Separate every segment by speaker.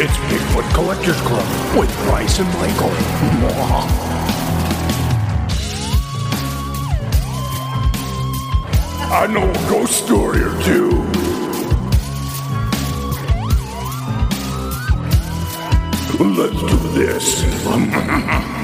Speaker 1: It's Bigfoot Collectors Club with Bryce and Michael. I know a ghost story or two. Let's do this.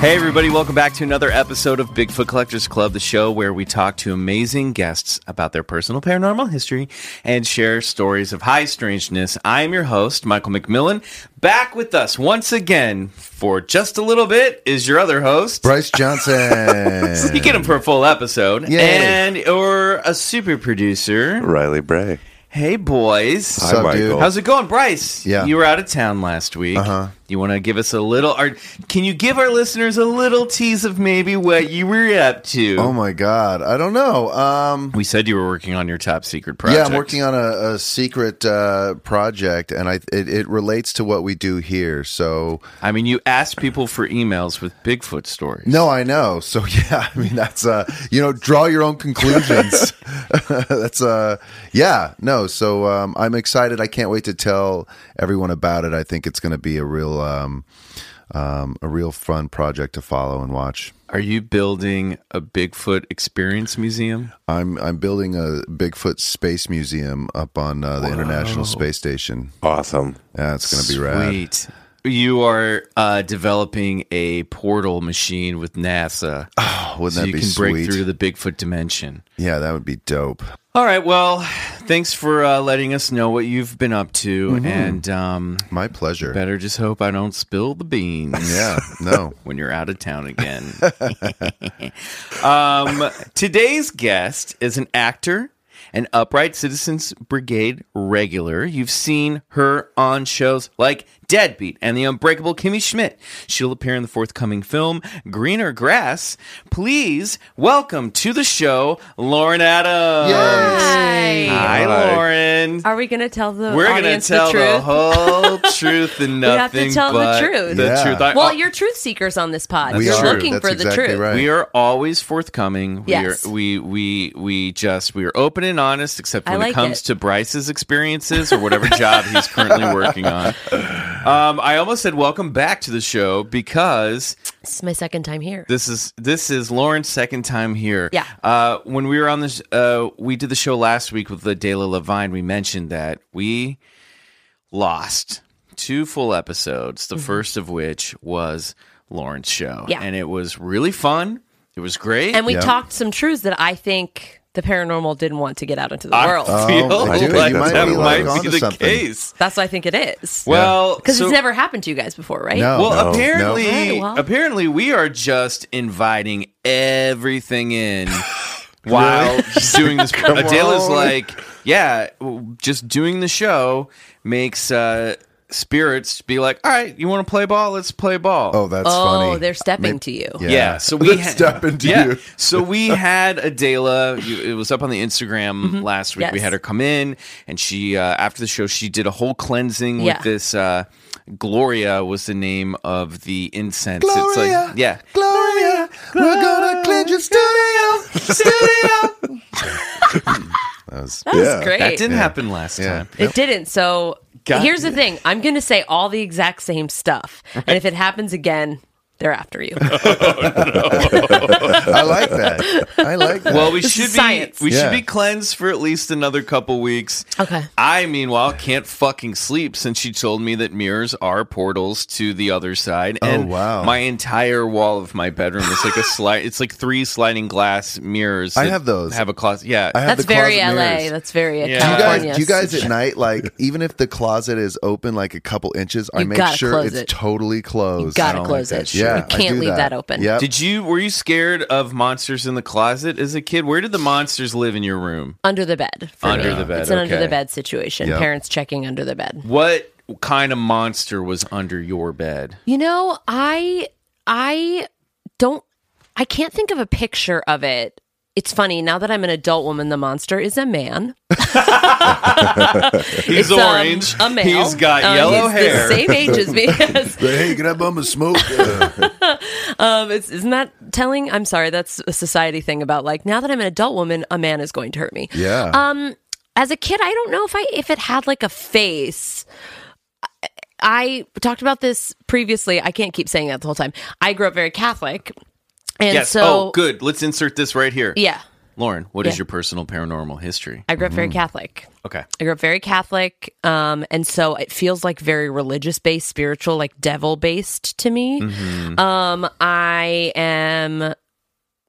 Speaker 2: Hey, everybody, welcome back to another episode of Bigfoot Collectors Club, the show where we talk to amazing guests about their personal paranormal history and share stories of high strangeness. I am your host, Michael McMillan. Back with us once again for just a little bit is your other host.
Speaker 3: Bryce Johnson.
Speaker 2: You get him for a full episode.
Speaker 3: Yay.
Speaker 2: And you're a super producer.
Speaker 4: Riley Bray.
Speaker 2: Hey, boys.
Speaker 3: Sup, dude?
Speaker 2: How's it going, Bryce?
Speaker 3: Oh. Yeah.
Speaker 2: you were out of town last week. Uh-huh. You want to give us a little? Or can you give our listeners a little tease of maybe what you were up to?
Speaker 3: oh my god, I don't know. Um,
Speaker 2: we said you were working on your top secret project.
Speaker 3: Yeah, I'm working on a, a secret uh, project, and I it, it relates to what we do here. So
Speaker 2: I mean, you asked people for emails with Bigfoot stories.
Speaker 3: no, I know. So yeah, I mean that's uh, you know draw your own conclusions. that's uh, yeah, no. So um, I'm excited. I can't wait to tell everyone about it. I think it's going to be a real um, um, a real fun project to follow and watch.
Speaker 2: Are you building a Bigfoot experience museum?
Speaker 3: I'm I'm building a Bigfoot space museum up on uh, the International Space Station.
Speaker 4: Awesome.
Speaker 3: Yeah, it's going to be rad.
Speaker 2: Sweet. You are uh, developing a portal machine with NASA,
Speaker 3: Oh, wouldn't
Speaker 2: so
Speaker 3: that
Speaker 2: you
Speaker 3: be
Speaker 2: can
Speaker 3: sweet?
Speaker 2: break through the Bigfoot dimension.
Speaker 3: yeah, that would be dope.
Speaker 2: All right. Well, thanks for uh, letting us know what you've been up to, and um,
Speaker 3: My pleasure.
Speaker 2: better just hope I don't spill the beans.
Speaker 3: Yeah, no.
Speaker 2: When you're out of town again. um, today's guest is an actor, an upright Citizens Brigade regular. You've seen her on shows like Deadbeat and The Unbreakable Kimmy Schmidt. She'll appear in the forthcoming film Greener Grass. Please welcome to the show Lauren Adams.
Speaker 5: Hi.
Speaker 2: Hi,
Speaker 4: Hi.
Speaker 2: Lauren.
Speaker 5: Are we going to tell the
Speaker 2: We're gonna
Speaker 5: audience
Speaker 2: tell
Speaker 5: the truth?
Speaker 2: whole truth and
Speaker 5: We have
Speaker 2: nothing
Speaker 5: to tell the
Speaker 2: but
Speaker 5: truth.
Speaker 2: The
Speaker 3: Yeah.
Speaker 2: truth. I-
Speaker 5: well,
Speaker 2: I-
Speaker 5: you're truth seekers on this pod.
Speaker 2: We
Speaker 5: you're
Speaker 2: are.
Speaker 5: looking
Speaker 3: That's
Speaker 5: for the
Speaker 3: exactly
Speaker 5: truth.
Speaker 3: right.
Speaker 2: We are always forthcoming.
Speaker 5: Yes.
Speaker 2: We are, we we we just we are open and honest, except
Speaker 5: I
Speaker 2: when it
Speaker 5: like
Speaker 2: comes
Speaker 5: it.
Speaker 2: to Bryce's experiences or whatever job he's currently working on. Um, I almost said welcome back to the show because
Speaker 5: This is my second time here.
Speaker 2: this is this is Lauren's second time here.
Speaker 5: Yeah.
Speaker 2: Uh, when we were on this, uh, we did the show last week with the Dela Levine. We mentioned that we lost two full episodes. The first of which was Lauren's show.
Speaker 5: Mm-hmm. Yeah.
Speaker 2: And it was really fun. It was great.
Speaker 5: and we
Speaker 3: Yeah.
Speaker 5: talked some truths that I think the paranormal didn't want to get out into the
Speaker 2: I uh,
Speaker 5: world.
Speaker 2: feel
Speaker 3: Oh,
Speaker 4: I do.
Speaker 2: like
Speaker 4: You might
Speaker 2: that
Speaker 4: be, like,
Speaker 2: might be
Speaker 3: onto
Speaker 2: the
Speaker 3: something.
Speaker 2: case.
Speaker 5: That's what I think it is.
Speaker 2: Well,
Speaker 5: Because
Speaker 2: so-
Speaker 5: it's never happened to you guys before, right?
Speaker 3: No.
Speaker 2: Well,
Speaker 3: no,
Speaker 2: apparently,
Speaker 3: no.
Speaker 5: Right, well.
Speaker 2: apparently, we are just inviting everything in while doing this. Adele is
Speaker 3: on.
Speaker 2: like, yeah, w- just doing the show makes uh, spirits be like, all right, you want to play ball? Let's play ball.
Speaker 3: Oh, that's funny.
Speaker 5: oh, they're stepping
Speaker 3: Maybe-
Speaker 5: to you.
Speaker 3: Yeah.
Speaker 2: Yeah. So we
Speaker 3: Let's step into you.
Speaker 2: So we had Adela. you- It was up on the Instagram last week. We
Speaker 5: Mm-hmm. Yes.
Speaker 2: had her come in, and she uh, after the show she did a whole cleansing
Speaker 5: Yeah.
Speaker 2: with this. Uh, Gloria was the name of the incense. It's
Speaker 3: Gloria.
Speaker 2: like yeah.
Speaker 3: Gloria, we're gonna cleanse your studio.
Speaker 2: that
Speaker 3: That was,
Speaker 5: That
Speaker 3: yeah.
Speaker 5: was great.
Speaker 2: didn't
Speaker 3: Yeah.
Speaker 2: happen last
Speaker 3: Yeah.
Speaker 2: time.
Speaker 5: It didn't. So
Speaker 2: Got
Speaker 5: here's the thing I'm going to say all the exact same stuff. And if it happens again, they're after you.
Speaker 3: I like that. I like that.
Speaker 2: Well, we
Speaker 5: This
Speaker 2: should
Speaker 5: is
Speaker 2: be
Speaker 5: science.
Speaker 2: we
Speaker 3: Yeah.
Speaker 2: should be cleansed for at least another couple weeks.
Speaker 5: Okay.
Speaker 2: I meanwhile can't fucking sleep since she told me that mirrors are portals to the other side. and
Speaker 3: Oh, wow.
Speaker 2: My entire wall of my bedroom is like a slide. It's like three sliding glass mirrors.
Speaker 3: I
Speaker 2: that
Speaker 3: have those.
Speaker 2: Have a closet. Yeah.
Speaker 3: I have
Speaker 5: That's
Speaker 3: the closet
Speaker 5: very LA.
Speaker 3: mirrors.
Speaker 5: That's very uh,
Speaker 2: Yeah.
Speaker 3: do you guys,
Speaker 5: California.
Speaker 3: do you guys at night like even if the closet is open like a couple inches, I
Speaker 5: You
Speaker 3: make
Speaker 5: gotta
Speaker 3: sure
Speaker 5: close
Speaker 3: it's
Speaker 5: it.
Speaker 3: totally closed. I
Speaker 5: gotta
Speaker 3: don't
Speaker 5: close
Speaker 3: like
Speaker 5: it.
Speaker 3: that shit. Yeah,
Speaker 5: you can't leave that, open.
Speaker 3: Yeah,
Speaker 2: Did you were you scared of monsters in the closet as a kid? Where did the monsters live in your room?
Speaker 5: Under the bed. for
Speaker 2: Under
Speaker 5: me.
Speaker 2: the bed,
Speaker 5: It's an
Speaker 2: okay.
Speaker 5: under the bed situation.
Speaker 3: Yep.
Speaker 5: Parents checking under the bed.
Speaker 2: What kind of monster was under your bed?
Speaker 5: You know, I I don't I can't think of a picture of it. It's funny now that I'm an adult woman. The monster is a man.
Speaker 2: He's
Speaker 5: It's, um,
Speaker 2: orange.
Speaker 5: a male.
Speaker 2: He's got
Speaker 5: Um,
Speaker 2: yellow
Speaker 5: he's
Speaker 2: hair.
Speaker 5: The same age as me. Yes.
Speaker 3: hey, can I bum a smoke? Uh,
Speaker 5: Um, it's, isn't that telling? I'm sorry. That's a society thing about like now that I'm an adult woman, a man is going to hurt me.
Speaker 3: yeah.
Speaker 5: Um, as a kid, I don't know if I if it had like a face. I- I talked about this previously. I can't keep saying that the whole time. I grew up very Catholic, and
Speaker 2: yes.
Speaker 5: so
Speaker 2: oh, good. Let's insert this right here.
Speaker 5: yeah,
Speaker 2: Lauren, what is
Speaker 5: Yeah.
Speaker 2: your personal paranormal history?
Speaker 5: I grew up very Catholic.
Speaker 2: Okay.
Speaker 5: I grew up very Catholic, um, and so it feels like very religious based, spiritual, like devil based to me.
Speaker 2: Mm-hmm.
Speaker 5: Um, I am.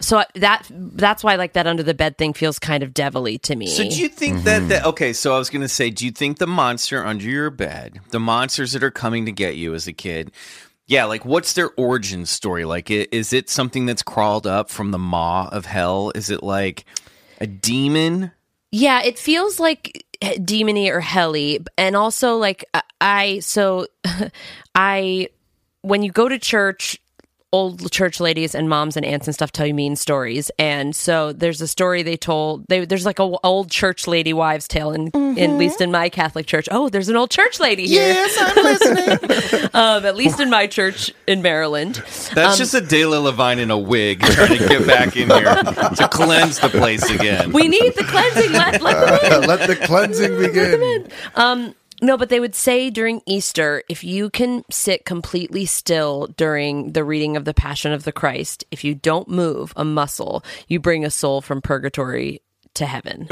Speaker 5: So I- that that's why like that under the bed thing feels kind of devilly to me.
Speaker 2: So do you think that that okay, so I was gonna say, do you think the monster under your bed, the monsters that are coming to get you as a kid, yeah, like what's their origin story? Like i- is it something that's crawled up from the maw of hell? Is it like a demon?
Speaker 5: Yeah, it feels like eh, demony or helly, and also like I- I so I when you go to church. Old church ladies and moms and aunts and stuff tell you mean stories, and so there's a story they told. They, there's like a w- old church lady wives' tale, in, in, at least in my Catholic church. Oh, there's an old church lady here. Mm-hmm. Yes, I'm listening. um, at least in my church in Maryland.
Speaker 2: That's
Speaker 5: Um,
Speaker 2: just a De La Levine in a wig trying to get back in here to cleanse the place again.
Speaker 5: We need the cleansing. Let, let them in.
Speaker 3: Let the cleansing begin.
Speaker 5: No, but they would say during Easter, if you can sit completely still during the reading of the Passion of the Christ, if you don't move a muscle, you bring a soul from purgatory to heaven.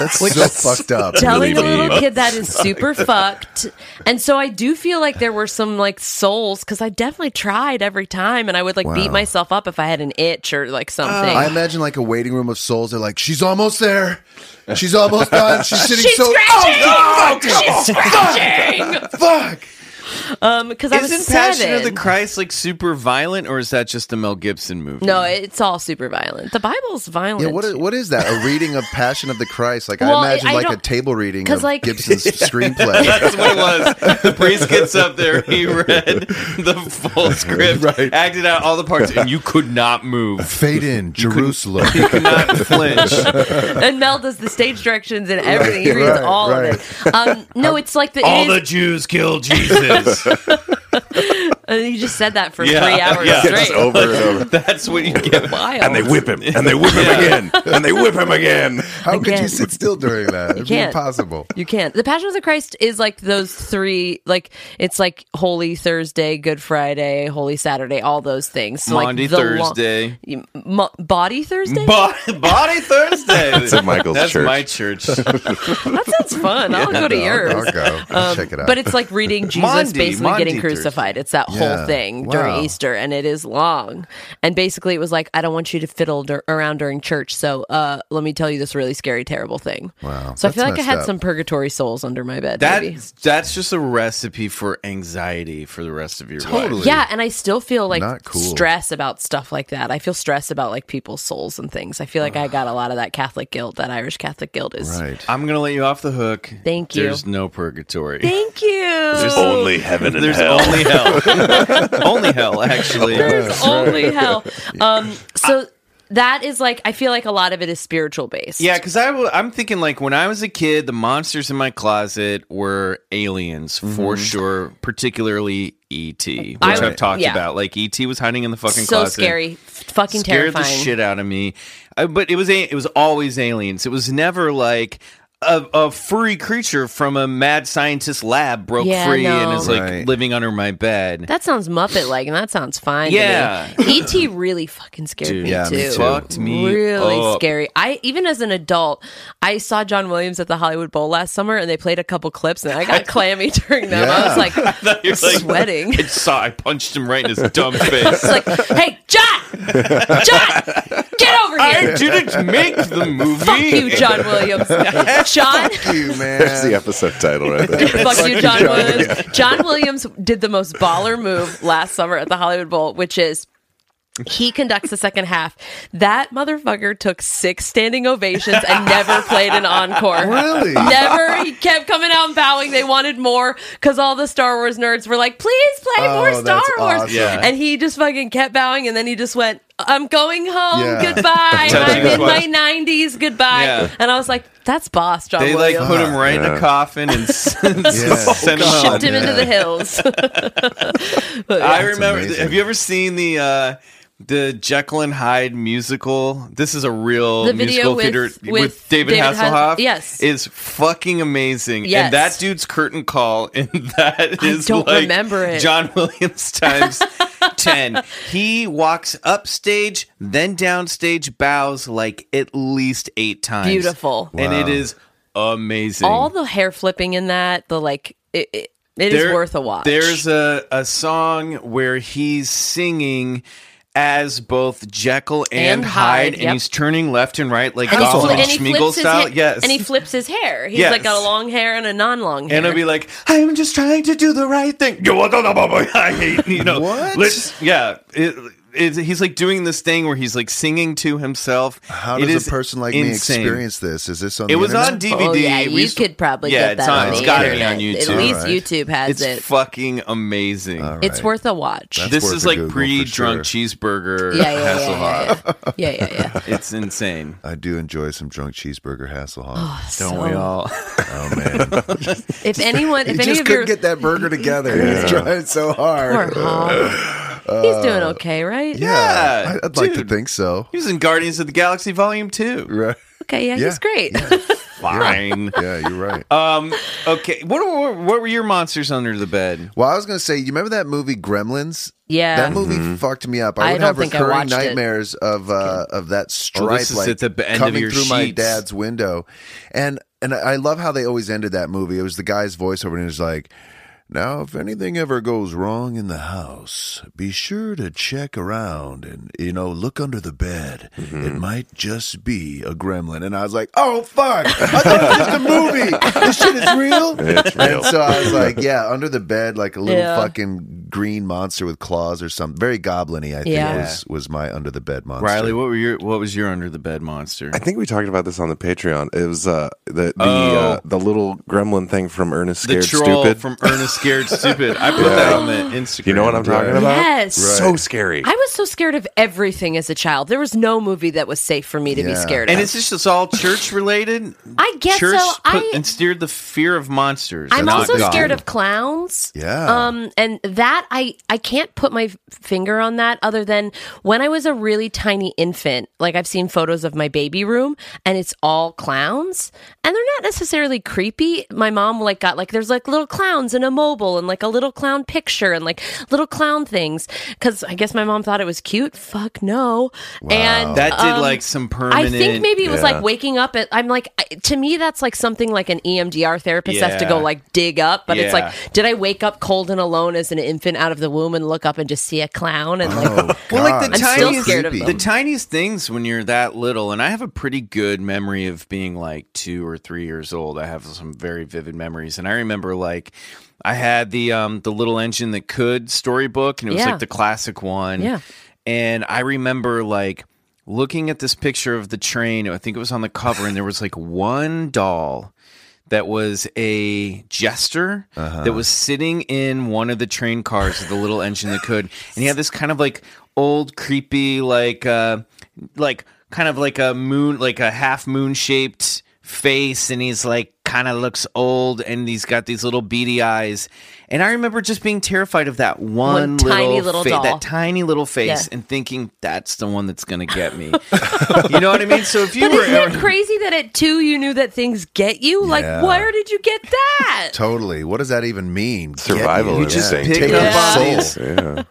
Speaker 3: That's so fucked up.
Speaker 5: Telling a little kid that is super fucked. And so I do feel like there were some like souls because I definitely tried every time and I would like beat
Speaker 3: Wow.
Speaker 5: myself up if I had an itch or like something.
Speaker 3: I imagine like a waiting room of souls. They're like, she's almost there. She's almost done. She's sitting
Speaker 5: She's
Speaker 3: so.
Speaker 5: scratching!
Speaker 3: Oh, God!
Speaker 5: She's scratching!
Speaker 3: Fuck!
Speaker 5: Um, because I was
Speaker 2: Isn't Passion of the
Speaker 5: seven.
Speaker 2: Christ like super violent, or is that just the Mel Gibson movie?
Speaker 5: no, it's all super violent. The Bible's violent.
Speaker 3: Yeah, what is, what is that? A reading of Passion of the Christ? Like
Speaker 5: Well,
Speaker 3: I imagine
Speaker 5: I
Speaker 3: like a
Speaker 5: don't-
Speaker 3: table reading
Speaker 5: 'cause,
Speaker 3: of
Speaker 5: like-
Speaker 3: Gibson's screenplay.
Speaker 2: That's what it was. The priest gets up there. He read the full script,
Speaker 3: Right.
Speaker 2: acted out all the parts, and you could not move.
Speaker 3: Fade in Jerusalem.
Speaker 2: You could not flinch.
Speaker 5: and Mel does the stage directions and everything. He
Speaker 3: Right,
Speaker 5: reads
Speaker 3: right,
Speaker 5: all
Speaker 3: right.
Speaker 5: of it. Um, no, it's like the,
Speaker 2: All
Speaker 5: it
Speaker 2: the
Speaker 5: is,
Speaker 2: Jews killed Jesus.
Speaker 5: uh, you just said that for
Speaker 2: Yeah,
Speaker 5: three hours
Speaker 2: yeah.
Speaker 5: straight.
Speaker 4: Just over and over.
Speaker 2: That's what you get.
Speaker 5: Wild.
Speaker 4: And they whip him. And they whip him again. And they whip him again.
Speaker 3: How could you
Speaker 5: can't.
Speaker 3: sit still during that? It'd be
Speaker 5: can't.
Speaker 3: impossible.
Speaker 5: you can't. The Passion of the Christ is like those three, like it's like Holy Thursday, Good Friday, Holy Saturday, all those things. So, like,
Speaker 2: Maundy
Speaker 5: the lo-
Speaker 2: Thursday.
Speaker 5: You- mo- body Thursday.
Speaker 2: Body, body Thursday. That's
Speaker 4: at Michael's church.
Speaker 2: my church.
Speaker 5: that sounds fun. I'll go to yours.
Speaker 3: I'll go. I'll check it out.
Speaker 5: Um, But it's like reading Jesus
Speaker 2: Maundy,
Speaker 5: basically
Speaker 2: Maundy
Speaker 5: getting
Speaker 2: Thursday.
Speaker 5: crucified. It's that
Speaker 3: Yeah.
Speaker 5: whole thing during
Speaker 3: Wow.
Speaker 5: Easter, and it is long. And basically, it was like, I don't want you to fiddle dur- around during church, so uh, let me tell you this really scary, terrible thing.
Speaker 3: Wow.
Speaker 5: So I
Speaker 3: That's
Speaker 5: feel like I
Speaker 3: messed
Speaker 5: had
Speaker 3: up.
Speaker 5: some purgatory souls under my bed. maybe.
Speaker 2: That that's just a recipe for anxiety for the rest of your
Speaker 3: Totally.
Speaker 2: life.
Speaker 5: Yeah, and I still feel like
Speaker 3: Not cool.
Speaker 5: stress about stuff like that. I feel stress about like people's souls and things. I feel like I got a lot of that Catholic guilt, that Irish Catholic guilt is.
Speaker 3: right.
Speaker 2: I'm gonna let you off the hook.
Speaker 5: Thank you.
Speaker 2: There's no purgatory.
Speaker 5: Thank you.
Speaker 4: Only heaven and
Speaker 2: Oh, There's
Speaker 4: hell.
Speaker 2: only hell. only hell, actually.
Speaker 5: There's only hell. Um, so that is like I feel like a lot of it is spiritual based.
Speaker 2: Yeah, because I w- I'm thinking like when I was a kid, the monsters in my closet were aliens for sure, particularly ET, which I,
Speaker 5: I-
Speaker 2: have talked
Speaker 5: yeah.
Speaker 2: about. Like ET was hiding in the fucking
Speaker 5: so
Speaker 2: closet.
Speaker 5: scary, F- fucking
Speaker 2: Scared
Speaker 5: terrifying.
Speaker 2: the shit out of me. Uh, but it was a- it was always aliens. It was never like. A, a furry creature from a mad scientist lab broke
Speaker 5: Yeah,
Speaker 2: free
Speaker 5: no.
Speaker 2: and is like
Speaker 3: Right.
Speaker 2: living under my bed.
Speaker 5: That sounds Muppet like, and that sounds fine.
Speaker 2: Yeah.
Speaker 5: to me. ET really fucking scared
Speaker 2: Dude,
Speaker 5: me
Speaker 3: yeah, me
Speaker 5: too.
Speaker 3: too.
Speaker 2: Fucked me
Speaker 5: really
Speaker 2: dope.
Speaker 5: scary. I even as an adult, I saw John Williams at the Hollywood Bowl last summer, and they played a couple clips, and I got clammy during them. I was
Speaker 3: Yeah.
Speaker 5: like,
Speaker 2: You're like-
Speaker 5: sweating.
Speaker 2: I saw. I punched him right in his dumb face.
Speaker 5: it's like, hey, John, John, get over
Speaker 2: I
Speaker 5: here.
Speaker 2: didn't make the movie.
Speaker 5: Fuck you, John Williams. John.
Speaker 3: you, man.
Speaker 4: There's the episode title right there.
Speaker 5: Fuck you, John Williams. John Williams did the most baller move last summer at the Hollywood Bowl, which is he conducts the second half. That motherfucker took six standing ovations and never played an encore.
Speaker 3: Really?
Speaker 5: Never. He kept coming out and bowing. They wanted more because all the Star Wars nerds were like, please play
Speaker 3: Oh,
Speaker 5: more Star
Speaker 3: that's
Speaker 5: Wars.
Speaker 3: awesome. Yeah.
Speaker 5: And he just fucking kept bowing and then he just went, I'm going home.
Speaker 3: Yeah.
Speaker 5: Goodbye.
Speaker 2: Touching
Speaker 5: I'm
Speaker 2: his
Speaker 5: in my 90s. Goodbye.
Speaker 2: Yeah.
Speaker 5: And I was like, that's boss, John
Speaker 2: They like
Speaker 5: Williams.
Speaker 2: put him right in a coffin and s- sent him home.
Speaker 5: shipped him into the hills. But, yeah.
Speaker 2: I remember.
Speaker 3: amazing.
Speaker 2: Have you ever seen the uh, the Jekyll and Hyde musical? This is a real
Speaker 5: The video
Speaker 2: musical
Speaker 5: with-
Speaker 2: theater with,
Speaker 5: with
Speaker 2: David,
Speaker 5: David Has-
Speaker 2: Hasselhoff.
Speaker 5: yes.
Speaker 2: is fucking amazing.
Speaker 5: Yes.
Speaker 2: and that dude's curtain call, and that
Speaker 5: I
Speaker 2: is
Speaker 5: don't
Speaker 2: like
Speaker 5: remember it.
Speaker 2: John Williams times ten. He walks upstage, then downstage, bows like at least eight times.
Speaker 5: Beautiful.
Speaker 2: and it is amazing.
Speaker 5: all the hair flipping in that, the like, it, it, it is
Speaker 2: There-
Speaker 5: worth a watch.
Speaker 2: There's a, a song where he's singing as both Jekyll and,
Speaker 5: And Hyde,
Speaker 2: Hyde, and
Speaker 5: yep.
Speaker 2: he's turning left and right like
Speaker 5: and he,
Speaker 2: Gollum
Speaker 5: fli-
Speaker 2: and
Speaker 5: and he
Speaker 2: Schmeagle
Speaker 5: flips his
Speaker 2: style.
Speaker 5: hair,
Speaker 2: yes.
Speaker 5: and he flips his hair. He's
Speaker 2: Yes.
Speaker 5: like got a long hair and a non-long hair.
Speaker 2: And it'll be like, I'm just trying to do the right thing. You are the boy I hate. You know,
Speaker 3: What?
Speaker 2: let's- yeah. It, it's he's like doing this thing where he's like singing to himself.
Speaker 3: How
Speaker 2: It
Speaker 3: does
Speaker 2: is
Speaker 3: a person like
Speaker 2: insane.
Speaker 3: me experience this? Is this on?
Speaker 2: It
Speaker 3: the
Speaker 2: was on
Speaker 3: internet?
Speaker 2: DVD.
Speaker 5: oh yeah, you
Speaker 2: We used-
Speaker 5: could probably
Speaker 2: yeah,
Speaker 5: get
Speaker 2: it's
Speaker 5: that
Speaker 2: on-
Speaker 5: on,
Speaker 2: it's
Speaker 5: the
Speaker 2: gotta be
Speaker 5: internet.
Speaker 2: on
Speaker 5: At
Speaker 2: YouTube.
Speaker 5: least
Speaker 3: Alright.
Speaker 5: YouTube has
Speaker 2: It's
Speaker 5: it.
Speaker 2: fucking amazing.
Speaker 5: It's worth a watch.
Speaker 3: That's
Speaker 2: This
Speaker 3: worth
Speaker 2: is
Speaker 3: a
Speaker 2: like
Speaker 3: Google for
Speaker 2: pre-drunk
Speaker 3: sure.
Speaker 2: cheeseburger
Speaker 5: yeah, yeah,
Speaker 2: Hasselhoff.
Speaker 5: yeah, yeah, yeah, yeah, yeah, yeah.
Speaker 2: It's insane.
Speaker 3: I do enjoy some drunk cheeseburger Hasselhoff. Oh,
Speaker 5: So,
Speaker 2: all?
Speaker 3: man,
Speaker 5: If anyone, if
Speaker 3: he
Speaker 5: any
Speaker 3: just
Speaker 5: of your
Speaker 3: couldn't get that burger together. He's trying so
Speaker 5: poor
Speaker 3: hard.
Speaker 5: Hom. he's doing okay, right?
Speaker 2: Yeah,
Speaker 3: I- I'd like to
Speaker 2: dude.
Speaker 3: think so.
Speaker 2: He was in Guardians of the Galaxy Volume 2.
Speaker 3: Right.
Speaker 5: Okay, yeah,
Speaker 3: Yeah.
Speaker 5: he's great.
Speaker 2: Fine.
Speaker 3: Yeah, you're right.
Speaker 2: um, okay. What were, what were your monsters under the bed?
Speaker 3: Well, I was going to say, you remember that movie Gremlins?
Speaker 5: Yeah.
Speaker 3: that movie
Speaker 2: Mm-hmm.
Speaker 3: fucked me up. I,
Speaker 5: I
Speaker 3: would
Speaker 5: don't
Speaker 3: have
Speaker 5: think I
Speaker 3: recurring
Speaker 5: watched it.
Speaker 3: nightmares of uh, of that stripe
Speaker 2: Oh, this is
Speaker 3: like
Speaker 2: at the b- end of
Speaker 3: coming
Speaker 2: your
Speaker 3: through my
Speaker 2: sheets.
Speaker 3: dad's window, and and I I love how they always ended that movie. It was the guy's voiceover, and it was like. Now, if anything ever goes wrong in the house, be sure to check around and, you know, look under the bed.
Speaker 2: Mm-hmm.
Speaker 3: It might just be a gremlin. And I was like, oh, fuck. I thought it was just a movie. This shit is real.
Speaker 4: It's real.
Speaker 3: And so I was like, yeah, under the bed, like a little
Speaker 5: Yeah.
Speaker 3: fucking green monster with claws or something. Very goblin-y, I think,
Speaker 5: Yeah.
Speaker 3: was, was my under the bed monster.
Speaker 2: Riley, what were your what was your under the bed monster?
Speaker 4: I think we talked about this on the Patreon. It was uh, the the uh, the little gremlin thing from Ernest
Speaker 2: the
Speaker 4: Scared
Speaker 2: troll
Speaker 4: Stupid.
Speaker 2: from Ernest Scared Stupid. I put that on the Instagram.
Speaker 4: you know what I'm talking
Speaker 3: Right.
Speaker 4: about?
Speaker 5: Yes.
Speaker 4: So scary.
Speaker 5: I was so scared of everything as a child. There was no movie that was safe for me to be
Speaker 3: Yeah.
Speaker 5: scared
Speaker 2: And
Speaker 5: of.
Speaker 2: it's just it's all church related.
Speaker 5: I guess
Speaker 2: church
Speaker 5: so.
Speaker 2: put,
Speaker 5: I-
Speaker 2: and steered the fear of monsters.
Speaker 5: I'm
Speaker 2: not
Speaker 5: also
Speaker 2: God.
Speaker 5: scared of clowns.
Speaker 3: Yeah.
Speaker 5: Um, and that I I can't put my f- finger on that other than when I was a really tiny infant. Like I've seen photos of my baby room, and it's all clowns, and they're not necessarily creepy. My mom like got like there's like little clowns in a mobile, and like a little clown picture, and like little clown things. Because I guess my mom thought it was cute. Fuck no. And
Speaker 2: that. Did
Speaker 5: um,
Speaker 2: like some
Speaker 5: I
Speaker 2: permanent.
Speaker 5: think maybe it was
Speaker 4: Yeah.
Speaker 5: like waking up at. I'm like, I- to me, that's like something like an E EMDR therapist has to go
Speaker 2: Yeah.
Speaker 5: like dig up. But it's
Speaker 2: Yeah.
Speaker 5: like, did I wake up cold and alone as an infant out of the womb and look up and just see a clown and like,
Speaker 3: Oh,
Speaker 2: Well, like the
Speaker 3: God, it's so
Speaker 5: still
Speaker 2: tiniest,
Speaker 5: scared of
Speaker 3: creepy.
Speaker 2: the tiniest things when you're that little, and I have a pretty good memory of being like two or three years old. I have some very vivid memories, and I remember like I had the um the little engine that could storybook, and it was
Speaker 5: Yeah.
Speaker 2: like the classic one.
Speaker 5: Yeah.
Speaker 2: and I remember like looking at this picture of the train. I think it was on the cover, and there was like one doll that was a jester that was sitting in one of the train cars with the little engine that could, and he had this kind of like old, creepy, like, uh, like kind of like a moon, like a half moon shaped face, and he's like kind of looks old, and he's got these little beady eyes, and I remember just being terrified of that one,
Speaker 5: tiny little
Speaker 2: fa-
Speaker 5: doll.
Speaker 2: that tiny little face,
Speaker 5: Yeah.
Speaker 2: and thinking that's the one that's gonna get me. you know what I mean? So if you
Speaker 5: but
Speaker 2: were
Speaker 5: isn't it crazy that at two you knew that things get you? Like,
Speaker 3: Yeah.
Speaker 5: where did you get that?
Speaker 3: Totally. What does that even mean? Get
Speaker 4: Survival
Speaker 3: you.
Speaker 4: instinct.
Speaker 2: pick
Speaker 3: Take
Speaker 5: up
Speaker 3: your
Speaker 5: on
Speaker 3: soul.
Speaker 2: these-
Speaker 4: Yeah.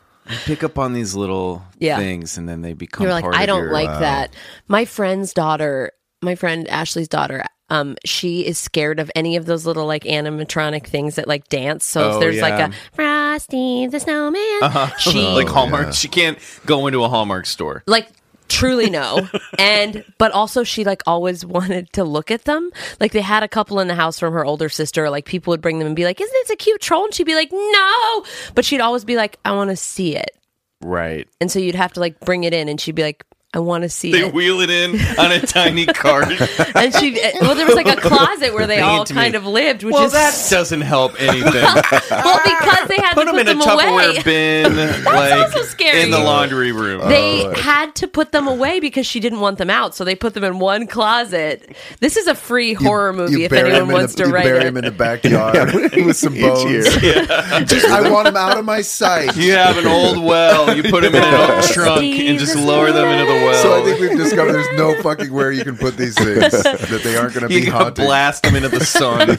Speaker 2: pick up on these little
Speaker 5: Yeah.
Speaker 2: things and then they become
Speaker 5: You're like,
Speaker 2: part
Speaker 5: I
Speaker 2: of
Speaker 5: don't
Speaker 2: your,
Speaker 5: like
Speaker 2: uh,
Speaker 5: that. My friend's daughter, my friend Ashley's daughter, um, she is scared of any of those little like animatronic things that like dance. So if
Speaker 2: Oh,
Speaker 5: there's like
Speaker 2: yeah. Uh-huh.
Speaker 5: a Frosty the Snowman. She
Speaker 2: like
Speaker 5: like,
Speaker 2: Hallmark. She can't go into a Hallmark store.
Speaker 5: truly no, and but also she like always wanted to look at them. Like they had a couple in the house from her older sister. Like people would bring them and be like, "Isn't this a cute troll?" And she'd be like, "No," but she'd always be like, "I want to see it."
Speaker 2: Right.
Speaker 5: And so you'd have to like bring it in, and she'd be like, "I want to see
Speaker 2: They
Speaker 5: it."
Speaker 2: wheel it in on a tiny cart.
Speaker 5: and she eh, well there was like a closet where they
Speaker 2: Bring it
Speaker 5: all
Speaker 2: to
Speaker 5: kind
Speaker 2: me.
Speaker 5: of lived which
Speaker 2: well,
Speaker 5: is
Speaker 2: that doesn't help anything.
Speaker 5: well because they had
Speaker 2: put
Speaker 5: to
Speaker 2: them in
Speaker 5: put
Speaker 2: a
Speaker 5: them
Speaker 2: Tupperware
Speaker 5: away
Speaker 2: bin, like
Speaker 5: also scary.
Speaker 2: in the laundry room.
Speaker 3: Oh,
Speaker 5: they had to put them away because she didn't want them out so they put them in one closet this is a free horror movie if
Speaker 3: bury
Speaker 5: anyone
Speaker 3: him in
Speaker 5: wants
Speaker 3: the,
Speaker 5: to
Speaker 3: you
Speaker 5: write
Speaker 3: bury
Speaker 5: it
Speaker 3: him in the backyard with some
Speaker 4: Each
Speaker 3: bones.
Speaker 4: year.
Speaker 3: Just, I want him out of my sight.
Speaker 2: you have an old well. You put them in an old trunk and just lower them into the well.
Speaker 3: So I think we've discovered there's no fucking where you can put these things that they aren't going to be
Speaker 2: you gotta
Speaker 3: haunted.
Speaker 2: blast them into the sun.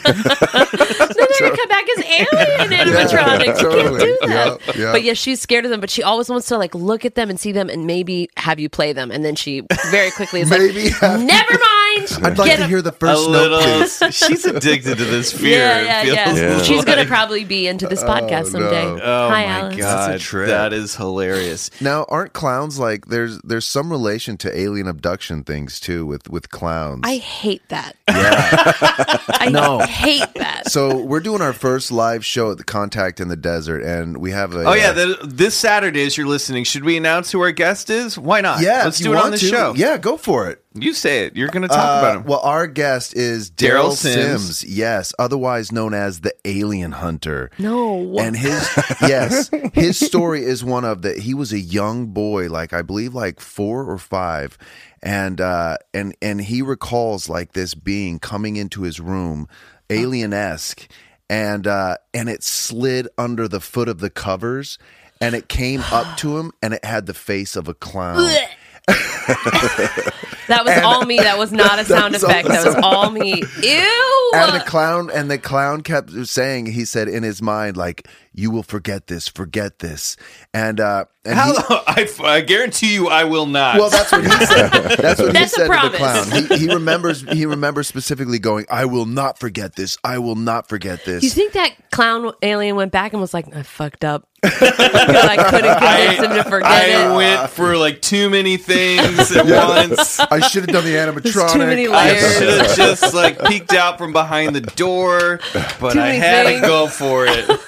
Speaker 5: then they're gonna come back as alien animatronics you can't
Speaker 3: totally.
Speaker 5: do that
Speaker 3: Yeah, yeah.
Speaker 5: but yeah she's scared of them but she always wants to like look at them and see them and maybe have you play them and then she very quickly is
Speaker 3: Maybe
Speaker 5: like
Speaker 3: have-
Speaker 5: never mind
Speaker 3: I'd like
Speaker 5: Get
Speaker 3: to
Speaker 5: a-
Speaker 3: hear the
Speaker 2: a
Speaker 3: first note,
Speaker 2: little.
Speaker 3: please.
Speaker 2: She's addicted to this fear.
Speaker 5: yeah,
Speaker 2: it
Speaker 5: yeah,
Speaker 2: feels
Speaker 5: yeah.
Speaker 4: Yeah.
Speaker 5: She's gonna
Speaker 2: like.
Speaker 5: probably be into this podcast someday.
Speaker 3: no.
Speaker 2: Oh
Speaker 5: Hi,
Speaker 2: my
Speaker 5: Alice.
Speaker 2: god,
Speaker 3: That's a trip.
Speaker 2: that is hilarious.
Speaker 3: Now, aren't clowns like there's there's some relation to alien abduction things too with with clowns?
Speaker 5: I hate that. I hate that.
Speaker 3: so we're doing our first live show at the Contact in the Desert, and we have a
Speaker 2: Oh yeah,
Speaker 3: uh,
Speaker 2: the, this Saturday as you're listening, should we announce who our guest is? Why not?
Speaker 3: yeah.
Speaker 2: let's
Speaker 3: if
Speaker 2: do it
Speaker 3: you
Speaker 2: on
Speaker 3: want
Speaker 2: the
Speaker 3: to.
Speaker 2: show.
Speaker 3: Yeah, go for it.
Speaker 2: you say it. You're going to talk
Speaker 3: Uh,
Speaker 2: about him.
Speaker 3: Well, our guest is
Speaker 2: Daryl
Speaker 3: Daryl
Speaker 2: Sims.
Speaker 3: Sims. Yes, otherwise known as the Alien Hunter.
Speaker 5: No.
Speaker 3: And his yes, his story is one of that he was a young boy, like I believe like 4 or 5, and uh and and he recalls like this being coming into his room alien-esque and uh and it slid under the foot of the covers and it came up to him and it had the face of a clown.
Speaker 5: That was all me. That was not a sound
Speaker 3: was
Speaker 5: effect.
Speaker 3: all-
Speaker 5: That was all me. Ew.
Speaker 3: and the clown and the clown kept saying he said in his mind like you will forget this forget this and uh and
Speaker 2: How,
Speaker 3: he-
Speaker 2: I, f- I guarantee you, I will not.
Speaker 3: well that's what he said that's what
Speaker 5: That's
Speaker 3: he said to
Speaker 5: a
Speaker 3: the
Speaker 5: promise.
Speaker 3: clown he, he remembers he remembers specifically going i will not forget this i will not forget this
Speaker 5: you think that clown alien went back and was like, I fucked up. 'Cause I couldn't convince him to forget
Speaker 2: I
Speaker 5: it.
Speaker 2: went for like too many things at once.
Speaker 3: i should have done the animatronic
Speaker 5: too many
Speaker 2: I
Speaker 5: layers.
Speaker 2: should have just like peeked out from behind the door, but I
Speaker 5: many
Speaker 2: had
Speaker 5: things.
Speaker 2: to go for it.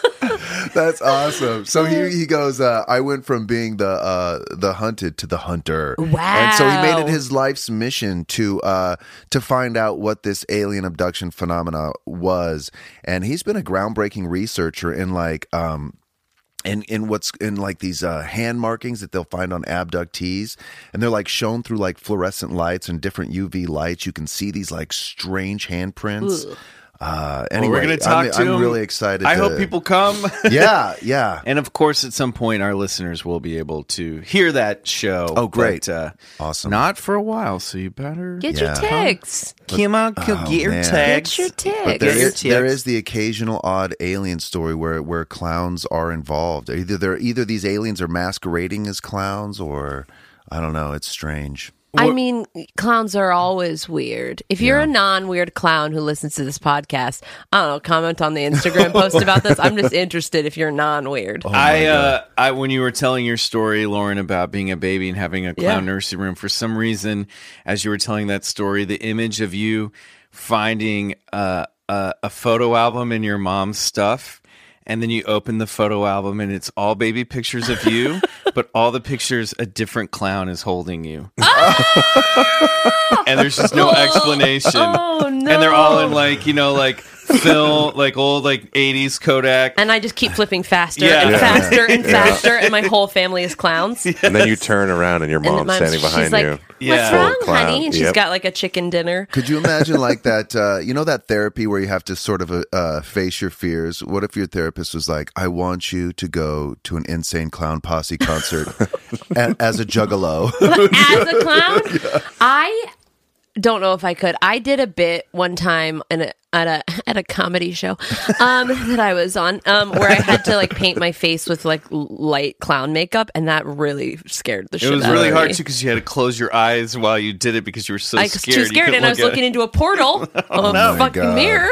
Speaker 3: That's awesome. So he, he goes, uh, I went from being the uh, the hunted to the hunter. And so he made
Speaker 5: Wow.
Speaker 3: it his life's mission to uh, to find out what this alien abduction phenomena was. And he's been a groundbreaking researcher in like um, and in what's in like these uh, hand markings that they'll find on abductees and they're like shown through like fluorescent lights and different uv lights you can see these like strange handprints uh anyway
Speaker 2: We're going to talk
Speaker 3: I'm,
Speaker 2: to
Speaker 3: I'm
Speaker 2: him.
Speaker 3: really excited
Speaker 2: I
Speaker 3: to-
Speaker 2: hope people come.
Speaker 3: yeah yeah
Speaker 2: and of course, at some point, our listeners will be able to hear that show.
Speaker 3: Oh, great.
Speaker 2: But, uh,
Speaker 3: Awesome.
Speaker 2: Not for a while, so you better
Speaker 5: Get
Speaker 3: Yeah.
Speaker 5: your ticks.
Speaker 2: Come on, come get your
Speaker 3: oh, man.
Speaker 2: tags.
Speaker 5: Get your ticks.
Speaker 2: But
Speaker 3: there
Speaker 2: Get your
Speaker 3: is, there
Speaker 2: ticks.
Speaker 3: is the occasional odd alien story where, where clowns are involved. Either they're either these aliens are masquerading as clowns, or I don't know. It's strange.
Speaker 5: I mean, clowns are always weird. If you're a non-weird clown who listens to this podcast, I don't know, comment on the Instagram post about this. I'm just interested if you're non-weird.
Speaker 2: I, uh, I, when you were telling your story, Lauren, about being a baby and having a clown nursery room, for some reason, as you were telling that story, the image of you finding uh, a, a photo album in your mom's stuff, and then you open the photo album and it's all baby pictures of you, but all the pictures a different clown is holding you. and there's just no explanation.
Speaker 5: Ah! Oh no!
Speaker 2: And they're all in like, you know, like film, like old, like 80s Kodak.
Speaker 5: And I just keep flipping faster
Speaker 2: Yeah.
Speaker 5: and
Speaker 2: Yeah.
Speaker 5: faster and faster, and my whole family is clowns.
Speaker 4: And then you turn around and your
Speaker 5: And
Speaker 4: mom's
Speaker 5: my-
Speaker 4: standing behind
Speaker 5: she's like,
Speaker 4: you.
Speaker 5: "What's
Speaker 2: Yeah.
Speaker 5: wrong,
Speaker 4: Full clown.
Speaker 5: honey?" And she's
Speaker 4: Yep.
Speaker 5: got like a chicken dinner.
Speaker 3: Could you imagine like that? Uh, you know that therapy where you have to sort of uh, uh, face your fears. What if your therapist was like, "I want you to go to an insane clown posse concert a- as a juggalo"?
Speaker 5: As a clown, I don't know if I could. I did a bit one time in a, at a at a comedy show um, that I was on um, where I had to like paint my face with like l- light clown makeup, and that really scared the
Speaker 2: It
Speaker 5: shit.
Speaker 2: was
Speaker 5: out
Speaker 2: really
Speaker 5: of
Speaker 2: hard
Speaker 5: me.
Speaker 2: too because you had to close your eyes while you did it because you were so
Speaker 5: I was
Speaker 2: scared.
Speaker 5: too
Speaker 2: you
Speaker 5: scared,
Speaker 2: couldn't
Speaker 5: and I was
Speaker 2: look at
Speaker 5: looking
Speaker 2: it.
Speaker 5: into a portal
Speaker 4: Oh
Speaker 5: of a fucking
Speaker 3: God.
Speaker 5: mirror.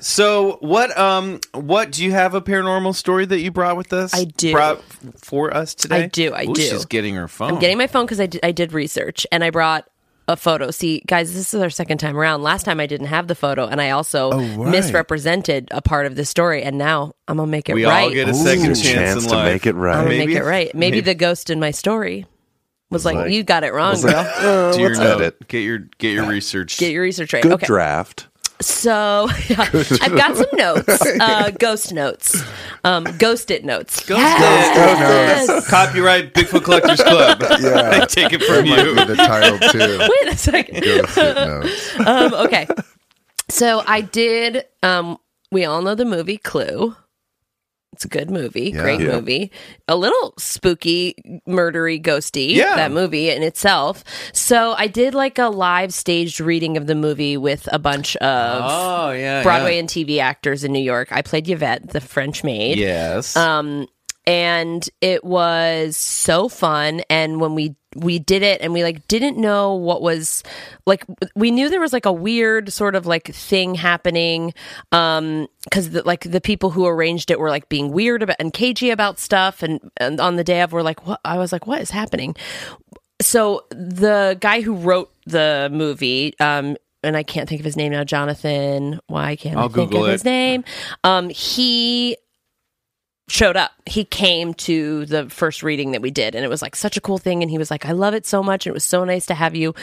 Speaker 2: So what? Um, what do you have a paranormal story that you brought with us?
Speaker 5: I do.
Speaker 2: Brought for us today.
Speaker 5: I do, I
Speaker 2: Ooh,
Speaker 5: do.
Speaker 2: She's getting her phone.
Speaker 5: I'm getting my phone because I did, I did research and I brought a photo. See, guys, this is our second time around. Last time I didn't have the photo, and I also
Speaker 3: right.
Speaker 5: misrepresented a part of the story. And now I'm gonna make it
Speaker 2: we
Speaker 5: right.
Speaker 2: all get a
Speaker 4: Ooh,
Speaker 2: second
Speaker 4: get a
Speaker 2: chance,
Speaker 4: chance
Speaker 2: in
Speaker 4: to
Speaker 2: life.
Speaker 4: make it right.
Speaker 5: I'm gonna
Speaker 2: Maybe-
Speaker 5: make it right. Maybe,
Speaker 2: maybe-
Speaker 5: the ghost in my story was, like, "You got it wrong, girl.
Speaker 4: Uh,
Speaker 2: Do your
Speaker 4: let's
Speaker 2: note.
Speaker 4: edit.
Speaker 2: Get your get your research.
Speaker 5: Get your research right."
Speaker 4: Good
Speaker 5: okay,
Speaker 4: draft.
Speaker 5: so yeah, I've got some notes, uh, ghost notes, um, ghosted notes.
Speaker 2: Ghost notes. Copyright Bigfoot Collectors Club.
Speaker 3: Yeah.
Speaker 2: I take it from
Speaker 3: Might be
Speaker 2: you.
Speaker 3: the title too.
Speaker 5: Wait a second.
Speaker 3: Ghost notes.
Speaker 5: Um, okay. So I did. Um, we all know the movie Clue. It's a good movie,
Speaker 3: Yeah.
Speaker 5: great
Speaker 4: Yeah.
Speaker 5: movie, a little spooky, murdery, ghosty.
Speaker 2: Yeah.
Speaker 5: that movie in itself. So I did like a live staged reading of the movie with a bunch of
Speaker 2: Oh yeah.
Speaker 5: Broadway and TV actors in New York. I played Yvette, the French maid.
Speaker 2: Yes.
Speaker 5: Um, and it was so fun. And when we we did it, and we like didn't know what was like. We knew there was like a weird sort of like thing happening. Um, because the, like the people who arranged it were like being weird about and cagey about stuff. And, and on the day of, we're like, what? I was like, what is happening? so the guy who wrote the movie um and I can't think of his name now, Jonathan. Why can't i
Speaker 2: I'll
Speaker 5: think
Speaker 2: Google
Speaker 5: of
Speaker 2: it.
Speaker 5: his name? Um, he showed up. He came to the first reading that we did, and it was like such a cool thing. And he was like, "I love it so much, and it was so nice to have you."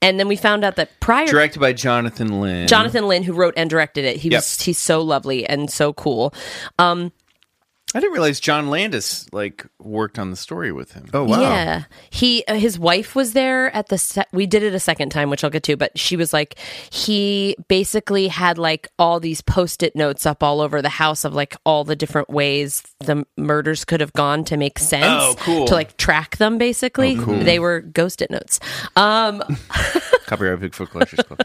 Speaker 5: And then we found out that prior
Speaker 2: Directed by Jonathan Lynn.
Speaker 5: Jonathan Lynn, who wrote and directed it, he
Speaker 2: Yep.
Speaker 5: was he's so lovely and so cool. Um,
Speaker 2: I didn't realize John Landis like worked on the story with him.
Speaker 3: Oh wow.
Speaker 5: Yeah, he uh, his wife was there at the set. We did it a second time, which I'll get to. But she was like, he basically had like all these post it notes up all over the house of like all the different ways the murders could have gone to make sense.
Speaker 2: Oh, cool.
Speaker 5: To like track them, basically, they were ghost it notes. Um,
Speaker 2: Copyright Bigfoot Collectors Club.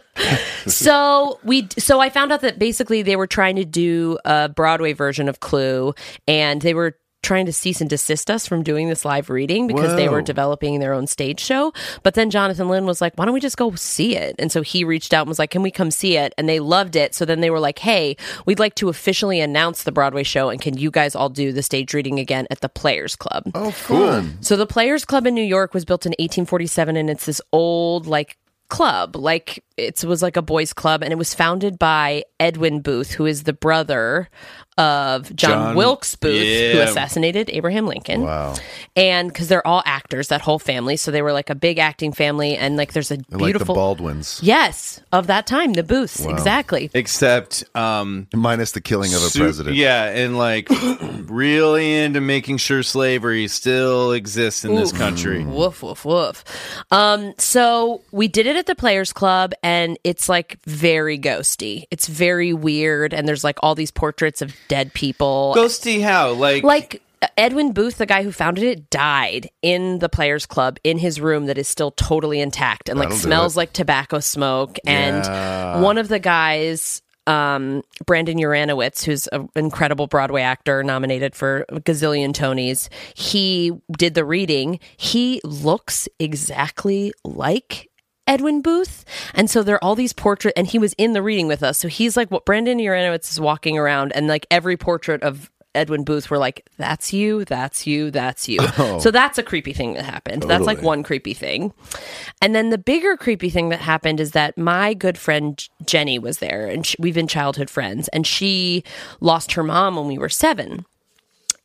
Speaker 5: so we so i found out that basically they were trying to do a broadway version of clue and they were trying to cease and desist us from doing this live reading because they were developing their own stage show but then jonathan lynn was like why don't we just go see it and so he reached out and was like can we come see it and they loved it so then they were like hey we'd like to officially announce the broadway show and can you guys all do the stage reading again at the players club
Speaker 3: Oh, fun.
Speaker 5: so the Players Club in New York was built in 1847 and it's this old like club like it was like a boys club and it was founded by Edwin Booth who is the brother of John,
Speaker 2: John-
Speaker 5: Wilkes Booth who
Speaker 2: Yeah.
Speaker 5: assassinated Abraham Lincoln
Speaker 3: Wow.
Speaker 5: and cuz they're all actors that whole family so they were like a big acting family and like there's a
Speaker 3: Like the
Speaker 5: beautiful
Speaker 3: Baldwins,
Speaker 5: yes of that time the Booths exactly
Speaker 2: Except um
Speaker 3: minus the killing of a
Speaker 2: su-
Speaker 3: president.
Speaker 2: Yeah, and like really into making sure slavery still exists in this country.
Speaker 5: Woof, woof, woof. Um, so we did it at the Players Club, and it's like very ghosty. It's very weird, and there's like all these portraits of dead people.
Speaker 2: Ghosty how? Like
Speaker 5: like Edwin Booth, the guy who founded it, died in the Players Club in his room that is still totally intact and like
Speaker 3: That'll do
Speaker 5: smells
Speaker 3: it.
Speaker 5: like tobacco smoke. And one of the guys, um, Brandon Uranowitz, who's an incredible Broadway actor nominated for a gazillion Tonys, he did the reading. He looks exactly like Edwin Booth. And so there are all these portraits, and he was in the reading with us. So he's like, what Brandon Uranowitz is walking around, and like every portrait of Edwin Booth were like, that's you, that's you, that's you. So that's a creepy thing that happened. That's like one creepy thing. And then the bigger creepy thing that happened is that my good friend J- Jenny was there, and sh we've been childhood friends, and she lost her mom when we were seven.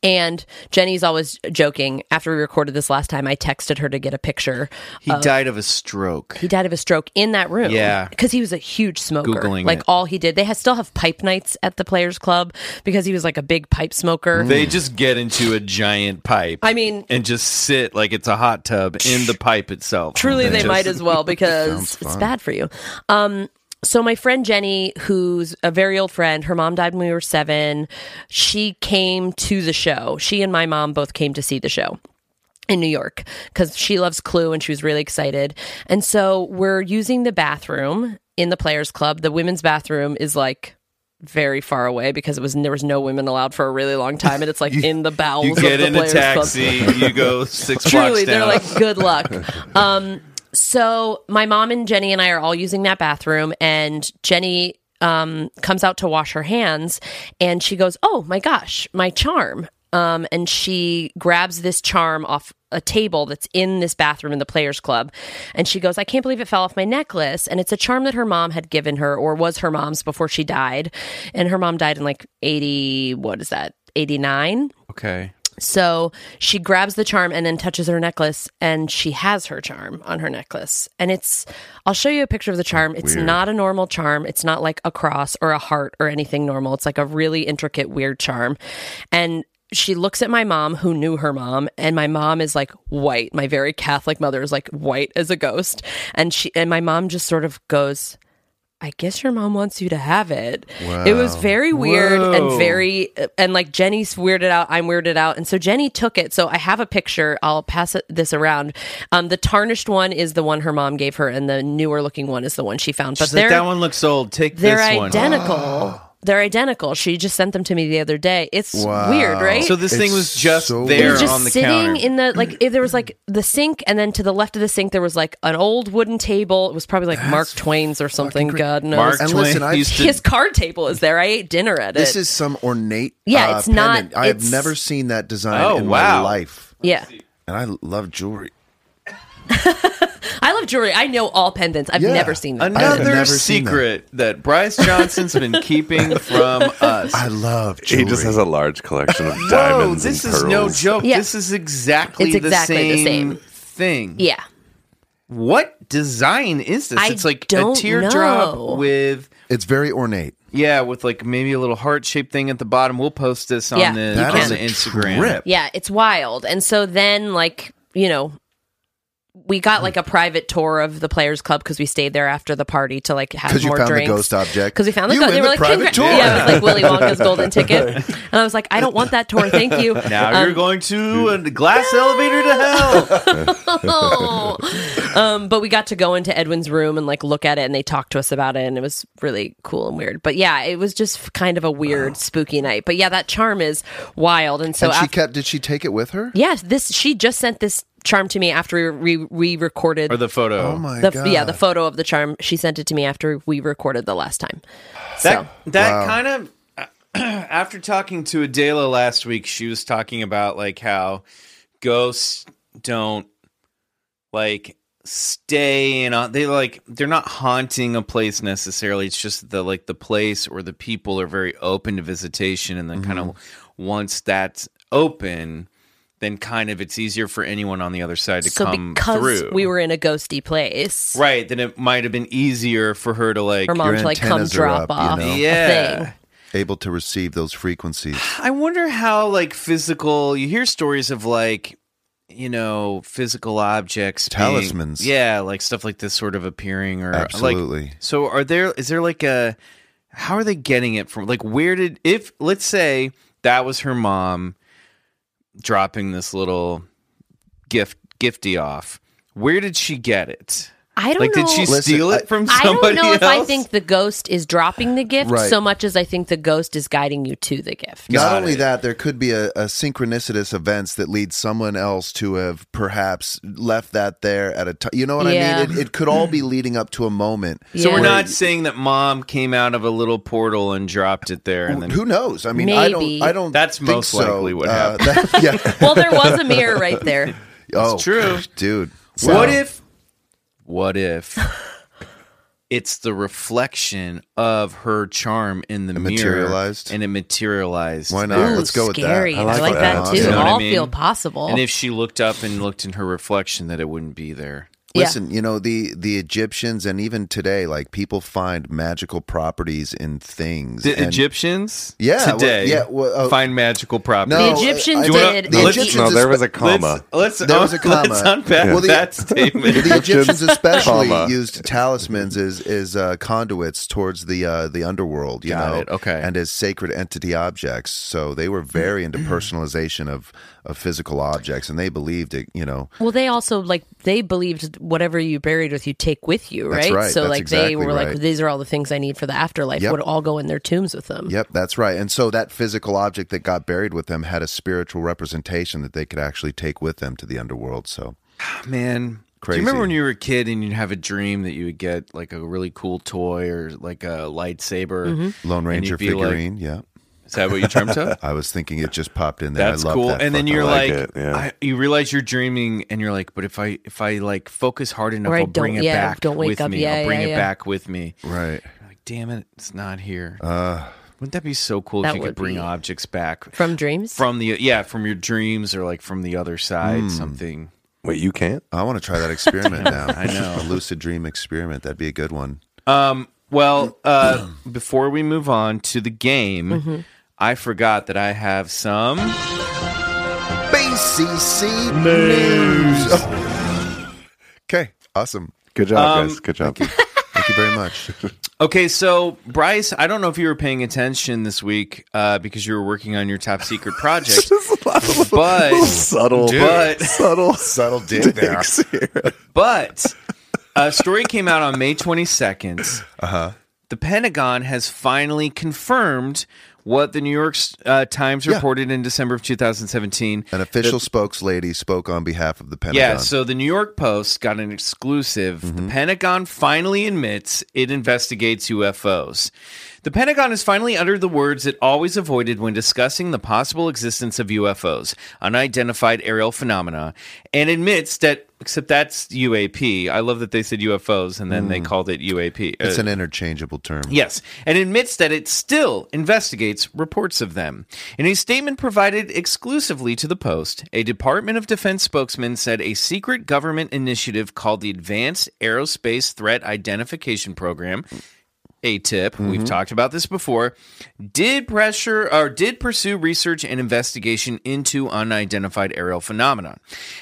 Speaker 5: And Jenny's always joking. After we recorded this last time, I texted her to get a picture
Speaker 2: he died of a stroke.
Speaker 5: he died of a stroke in that room.
Speaker 2: Yeah.
Speaker 5: because he was a huge smoker.
Speaker 2: Googling
Speaker 5: like
Speaker 2: it.
Speaker 5: all he did, they ha- still have pipe nights at the Players Club because he was like a big pipe smoker.
Speaker 2: They just get into a giant pipe.
Speaker 5: I mean-
Speaker 2: and just sit like it's a hot tub in the pipe itself.
Speaker 5: Truly, they
Speaker 2: Just-
Speaker 5: might as well because it's bad for you. Um, so my friend Jenny, who's a very old friend, her mom died when we were seven. She came to the show. She and my mom both came to see the show. in New York because she loves Clue and she was really excited. And so we're using the bathroom in the Players Club. The women's bathroom is like very far away because it was there was no women allowed for a really long time, and it's like in the bowels.
Speaker 2: You get
Speaker 5: of the
Speaker 2: in a
Speaker 5: Players Club.
Speaker 2: taxi, you go six blocks
Speaker 5: Truly, they're
Speaker 2: down.
Speaker 5: like, good luck. Um, so my mom and Jenny and I are all using that bathroom, and Jenny um, comes out to wash her hands, and she goes, "Oh my gosh, my charm!" Um, and she grabs this charm off a table that's in this bathroom in the Players Club, and she goes, "I can't believe it fell off my necklace." And it's a charm that her mom had given her, or was her mom's before she died, and her mom died in like eighty. What is that? Eighty nine.
Speaker 2: okay.
Speaker 5: So she grabs the charm and then touches her necklace, and she has her charm on her necklace. And it's, I'll show you a picture of the charm. It's not a normal charm. It's not like a cross or a heart or anything normal. It's like a really intricate, weird charm. And she looks at my mom, who knew her mom, and my mom is like white. My very Catholic mother is like white as a ghost. And she, and my mom just sort of goes, I guess your mom wants you to have it. It was very weird and very and like Jenny's weirded out. I'm weirded out, and so Jenny took it. So I have a picture. I'll pass it, this around. Um, the tarnished one is the one her mom gave her, and the newer looking one is the one she found. But
Speaker 2: She's like,
Speaker 5: they're
Speaker 2: that one looks old. Take
Speaker 5: they're
Speaker 2: this one.
Speaker 5: identical. They're identical. She just sent them to me the other day. It's weird, right?
Speaker 2: So this
Speaker 3: It's
Speaker 2: thing was just there
Speaker 3: so
Speaker 5: it
Speaker 3: weird.
Speaker 5: was just
Speaker 2: on the
Speaker 5: sitting
Speaker 2: counter.
Speaker 5: in the like if there was like the sink and then to the left of the sink there was like an old wooden table it was probably like mark twain's or something god knows
Speaker 2: Mark
Speaker 3: And
Speaker 2: Twain
Speaker 3: listen, I-
Speaker 2: used to
Speaker 5: his card table is there. I ate dinner at
Speaker 3: This
Speaker 5: it.
Speaker 3: is some ornate.
Speaker 5: Yeah,
Speaker 3: uh,
Speaker 5: it's not-
Speaker 3: pendant. I have
Speaker 5: it's-
Speaker 3: never seen that design
Speaker 2: Oh,
Speaker 3: in my
Speaker 2: wow.
Speaker 3: life,
Speaker 5: yeah.
Speaker 3: and I love jewelry.
Speaker 5: I love jewelry. I know all pendants. I've
Speaker 3: Yeah.
Speaker 5: never seen that.
Speaker 3: I've
Speaker 2: Another
Speaker 3: never seen that.
Speaker 2: secret that. Bryce Johnson's been keeping from us.
Speaker 3: I love
Speaker 4: He
Speaker 3: jewelry.
Speaker 4: just has a large collection of
Speaker 2: Whoa,
Speaker 4: diamonds.
Speaker 2: this
Speaker 4: and
Speaker 2: is no
Speaker 4: pearls.
Speaker 2: joke.
Speaker 5: Yeah.
Speaker 2: This is exactly,
Speaker 5: It's exactly
Speaker 2: the,
Speaker 5: the
Speaker 2: same
Speaker 5: same.
Speaker 2: thing.
Speaker 5: yeah.
Speaker 2: What design is this?
Speaker 5: I
Speaker 2: it's like
Speaker 5: don't
Speaker 2: a teardrop
Speaker 5: know.
Speaker 2: with
Speaker 3: it's very ornate.
Speaker 2: yeah, with like maybe a little heart shaped thing at the bottom. We'll post this on
Speaker 5: Yeah,
Speaker 2: the
Speaker 5: you
Speaker 2: on
Speaker 3: That is
Speaker 2: the
Speaker 3: a
Speaker 2: Instagram.
Speaker 3: trip.
Speaker 5: Yeah. It's wild. And so then, like, you know, we got like a private tour of the Players Club because we stayed there after the party to like have
Speaker 3: Because you
Speaker 5: more
Speaker 3: found
Speaker 5: drinks.
Speaker 3: the ghost object.
Speaker 5: Because we found the
Speaker 3: you
Speaker 5: ghost.
Speaker 3: win
Speaker 5: They were
Speaker 3: the
Speaker 5: like,
Speaker 3: private
Speaker 5: "Congra-"
Speaker 3: tour.
Speaker 5: Yeah, it was like Willy Wonka's golden ticket. And I was like, I don't want that tour. Thank you.
Speaker 2: Now you're going to a glass elevator to hell.
Speaker 5: um, but we got to go into Edwin's room and like look at it, and they talked to us about it, and it was really cool and weird. But yeah, it was just kind of a weird, spooky night. But yeah, that charm is wild, and so
Speaker 3: and she
Speaker 5: after,
Speaker 3: kept. Did she take it with her?
Speaker 5: yes, this she just sent this charm to me after we re- we recorded
Speaker 2: or the photo.
Speaker 3: Oh my
Speaker 5: the
Speaker 3: god!
Speaker 5: yeah the photo of the charm. She sent it to me after we recorded the last time.
Speaker 2: That
Speaker 5: So
Speaker 2: that kind of uh, after talking to Adela last week, she was talking about like how ghosts don't like stay and they like they're not haunting a place necessarily. It's just the like the place or the people are very open to visitation, and then kind of
Speaker 5: Mm-hmm.
Speaker 2: once that's open. Then kind of it's easier for anyone on the other side to
Speaker 5: so
Speaker 2: come
Speaker 5: because
Speaker 2: through.
Speaker 5: we were in a ghosty place,
Speaker 2: right, then it might have been easier for her to like
Speaker 5: her mom
Speaker 3: Your
Speaker 5: to like come
Speaker 3: antennas are
Speaker 5: drop
Speaker 3: up, you
Speaker 5: off
Speaker 3: know?
Speaker 5: a
Speaker 2: Yeah.
Speaker 5: thing.
Speaker 3: Able to receive those frequencies.
Speaker 2: I wonder how like physical you hear stories of like you know physical objects being-
Speaker 3: Talismans.
Speaker 2: yeah like stuff like this sort of appearing or
Speaker 3: Absolutely.
Speaker 2: like, so are there is there like a how are they getting it from like where did if let's say that was her mom dropping this little gift gifty off where did she get it
Speaker 5: I don't
Speaker 2: like
Speaker 5: know.
Speaker 2: did she
Speaker 3: Listen,
Speaker 2: steal it
Speaker 3: I-
Speaker 2: from
Speaker 5: I
Speaker 2: somebody
Speaker 5: don't know if I
Speaker 2: else?
Speaker 5: think the ghost is dropping the gift
Speaker 3: Right.
Speaker 5: so much as I think the ghost is guiding you to the gift.
Speaker 3: Not
Speaker 2: Got
Speaker 3: only
Speaker 2: it.
Speaker 3: that, there could be a, a synchronicitous events that leads someone else to have perhaps left that there at a time. You know what
Speaker 5: Yeah.
Speaker 3: I mean? It, it could all be leading up to a moment.
Speaker 2: so we're
Speaker 5: Yeah.
Speaker 2: not saying that mom came out of a little portal and dropped it there and then
Speaker 3: Who knows? I mean, I don't.
Speaker 5: Maybe.
Speaker 3: I don't.
Speaker 2: That's
Speaker 3: think
Speaker 2: most
Speaker 3: so.
Speaker 2: likely what happened.
Speaker 3: Uh, that- yeah.
Speaker 5: Well, there was a mirror right there.
Speaker 3: oh,
Speaker 2: true.
Speaker 3: gosh, dude.
Speaker 2: What
Speaker 3: Wow.
Speaker 2: if? What if? it's the reflection of her charm in the mirror,
Speaker 3: materialized?
Speaker 2: and it materialized.
Speaker 3: Why not?
Speaker 5: Ooh,
Speaker 3: Let's go with that.
Speaker 5: scary. I like, that, too.
Speaker 3: You know
Speaker 2: what I
Speaker 5: All
Speaker 2: mean?
Speaker 5: feel possible.
Speaker 2: And if she looked up and looked in her reflection, that it wouldn't be there.
Speaker 5: Yeah.
Speaker 3: Listen, you know the the Egyptians and even today, like people find magical properties in things.
Speaker 2: The
Speaker 3: and-
Speaker 2: Egyptians,
Speaker 3: Yeah, well,
Speaker 2: today,
Speaker 3: yeah, well, uh,
Speaker 2: find magical properties.
Speaker 3: No,
Speaker 5: The Egyptians
Speaker 3: I- I-
Speaker 5: did.
Speaker 3: The
Speaker 2: Let's-
Speaker 3: Egyptians
Speaker 4: No, there
Speaker 3: espe-
Speaker 4: was a comma.
Speaker 2: Let's, let's
Speaker 3: There was a
Speaker 2: Let's
Speaker 3: comma.
Speaker 2: unpack
Speaker 3: Well, the-
Speaker 2: that statement.
Speaker 3: the Egyptians especially
Speaker 4: Comma.
Speaker 3: used talismans as as uh, conduits towards the uh, the underworld. You
Speaker 2: Got
Speaker 3: know,
Speaker 2: it. Okay. Mm-hmm.
Speaker 3: and as sacred entity objects. So they were very into personalization of of physical objects, and they believed it. You know,
Speaker 5: Well, they also like they believed whatever you buried with you take with you, right?
Speaker 3: That's right.
Speaker 5: So
Speaker 3: That's
Speaker 5: like
Speaker 3: exactly
Speaker 5: they were
Speaker 3: right.
Speaker 5: like, these are all the things I need for the afterlife.
Speaker 3: Yep.
Speaker 5: Would all go in their tombs with them.
Speaker 3: Yep, that's right. And so that physical object that got buried with them had a spiritual representation that they could actually take with them to the underworld. So
Speaker 2: Man, Do
Speaker 3: Crazy.
Speaker 2: you remember when you were a kid and you'd have a dream that you would get like a really cool toy or like a lightsaber?
Speaker 3: Lone
Speaker 5: Mm-hmm.
Speaker 2: and
Speaker 3: Ranger
Speaker 2: you'd be like-
Speaker 3: figurine, yeah.
Speaker 2: Is that what you dreamt of?
Speaker 3: I was thinking it just popped in there.
Speaker 2: That's
Speaker 3: I love
Speaker 2: cool.
Speaker 3: that.
Speaker 2: and then
Speaker 3: fucking-
Speaker 2: you're
Speaker 3: I
Speaker 2: like,
Speaker 4: like it, yeah.
Speaker 2: I, you realize you're dreaming, and you're like, but if I if I like focus hard enough,
Speaker 5: Or I
Speaker 2: I'll bring
Speaker 5: don't-
Speaker 2: it
Speaker 5: yeah,
Speaker 2: back.
Speaker 5: don't wake
Speaker 2: with
Speaker 5: up.
Speaker 2: Me.
Speaker 5: Yeah,
Speaker 2: I'll bring
Speaker 5: yeah,
Speaker 2: it
Speaker 5: yeah.
Speaker 2: back with me.
Speaker 3: right.
Speaker 2: You're like, damn it, it's not here.
Speaker 3: Uh,
Speaker 2: Wouldn't that be so cool if
Speaker 5: That
Speaker 2: you could
Speaker 5: would
Speaker 2: bring
Speaker 5: be-
Speaker 2: objects back
Speaker 5: From dreams.
Speaker 2: from the yeah from your dreams or like from the other
Speaker 3: Hmm.
Speaker 2: side something?
Speaker 4: Wait, you can't?
Speaker 3: I want to try that experiment now. I
Speaker 2: know.
Speaker 3: a lucid dream experiment. That'd be a good one.
Speaker 2: Um. Well, uh, before we move on to the game,
Speaker 5: Mm-hmm.
Speaker 2: I forgot that I have some.
Speaker 3: BCC news. okay, awesome.
Speaker 4: Good job, guys. Good job.
Speaker 3: Thank you very much.
Speaker 2: Okay, so Bryce, I don't know if you were paying attention this week uh, because you were working on your top secret project, but
Speaker 4: subtle,
Speaker 2: Dude.
Speaker 4: subtle,
Speaker 3: Subtle dig there.
Speaker 4: dicks here.
Speaker 2: but a story came out on May 22nd. Uh huh. The Pentagon has finally confirmed what the New York uh, Times reported in December of 2017.
Speaker 3: An official spokeslady spoke on behalf of the Pentagon.
Speaker 2: Yeah,
Speaker 3: Mm-hmm.
Speaker 2: so the New York Post got an exclusive. The Pentagon finally admits it investigates UFOs. The Pentagon has finally uttered the words it always avoided when discussing the possible existence of UFOs, unidentified aerial phenomena, and admits that, except that's UAP. I love that they said UFOs and then they called it UAP.
Speaker 3: Mm. it's
Speaker 2: Uh,
Speaker 3: an interchangeable term.
Speaker 2: Yes, and admits that it still investigates reports of them. In a statement provided exclusively to the Post, a Department of Defense spokesman said a secret government initiative called the Advanced Aerospace Threat Identification Program. A tip, we've talked about this before, did pressure or did pursue research and investigation into unidentified aerial phenomena.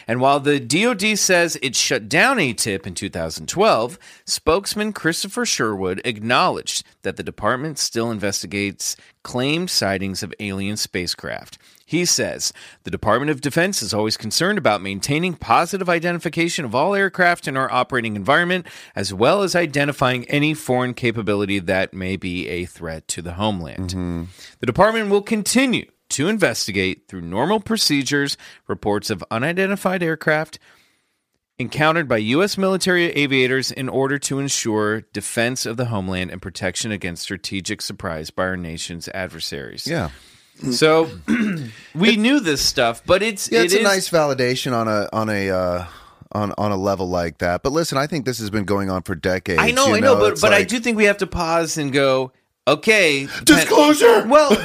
Speaker 2: And while the DoD says it shut down ATIP in 2012, spokesman Christopher Sherwood acknowledged that the department still investigates claimed sightings of alien spacecraft. He says the Department of Defense is always concerned about maintaining positive identification of all aircraft in our operating environment, as well as identifying any foreign capability that may be a threat to the homeland. The department will continue to investigate through normal procedures reports of unidentified aircraft encountered by U.S. military aviators in order to ensure defense of the homeland and protection against strategic surprise by our nation's adversaries.
Speaker 3: Yeah.
Speaker 2: So we knew this stuff, but it's
Speaker 3: Yeah, it's
Speaker 2: it
Speaker 3: a
Speaker 2: is-
Speaker 3: nice validation on a on a uh, on on a level like that. But listen, I think this has been going on for decades.
Speaker 2: I know,
Speaker 3: you
Speaker 2: I know, but
Speaker 3: it's
Speaker 2: but I
Speaker 3: like-
Speaker 2: do think we have to pause and go. Okay,
Speaker 3: Disclosure!
Speaker 2: Well,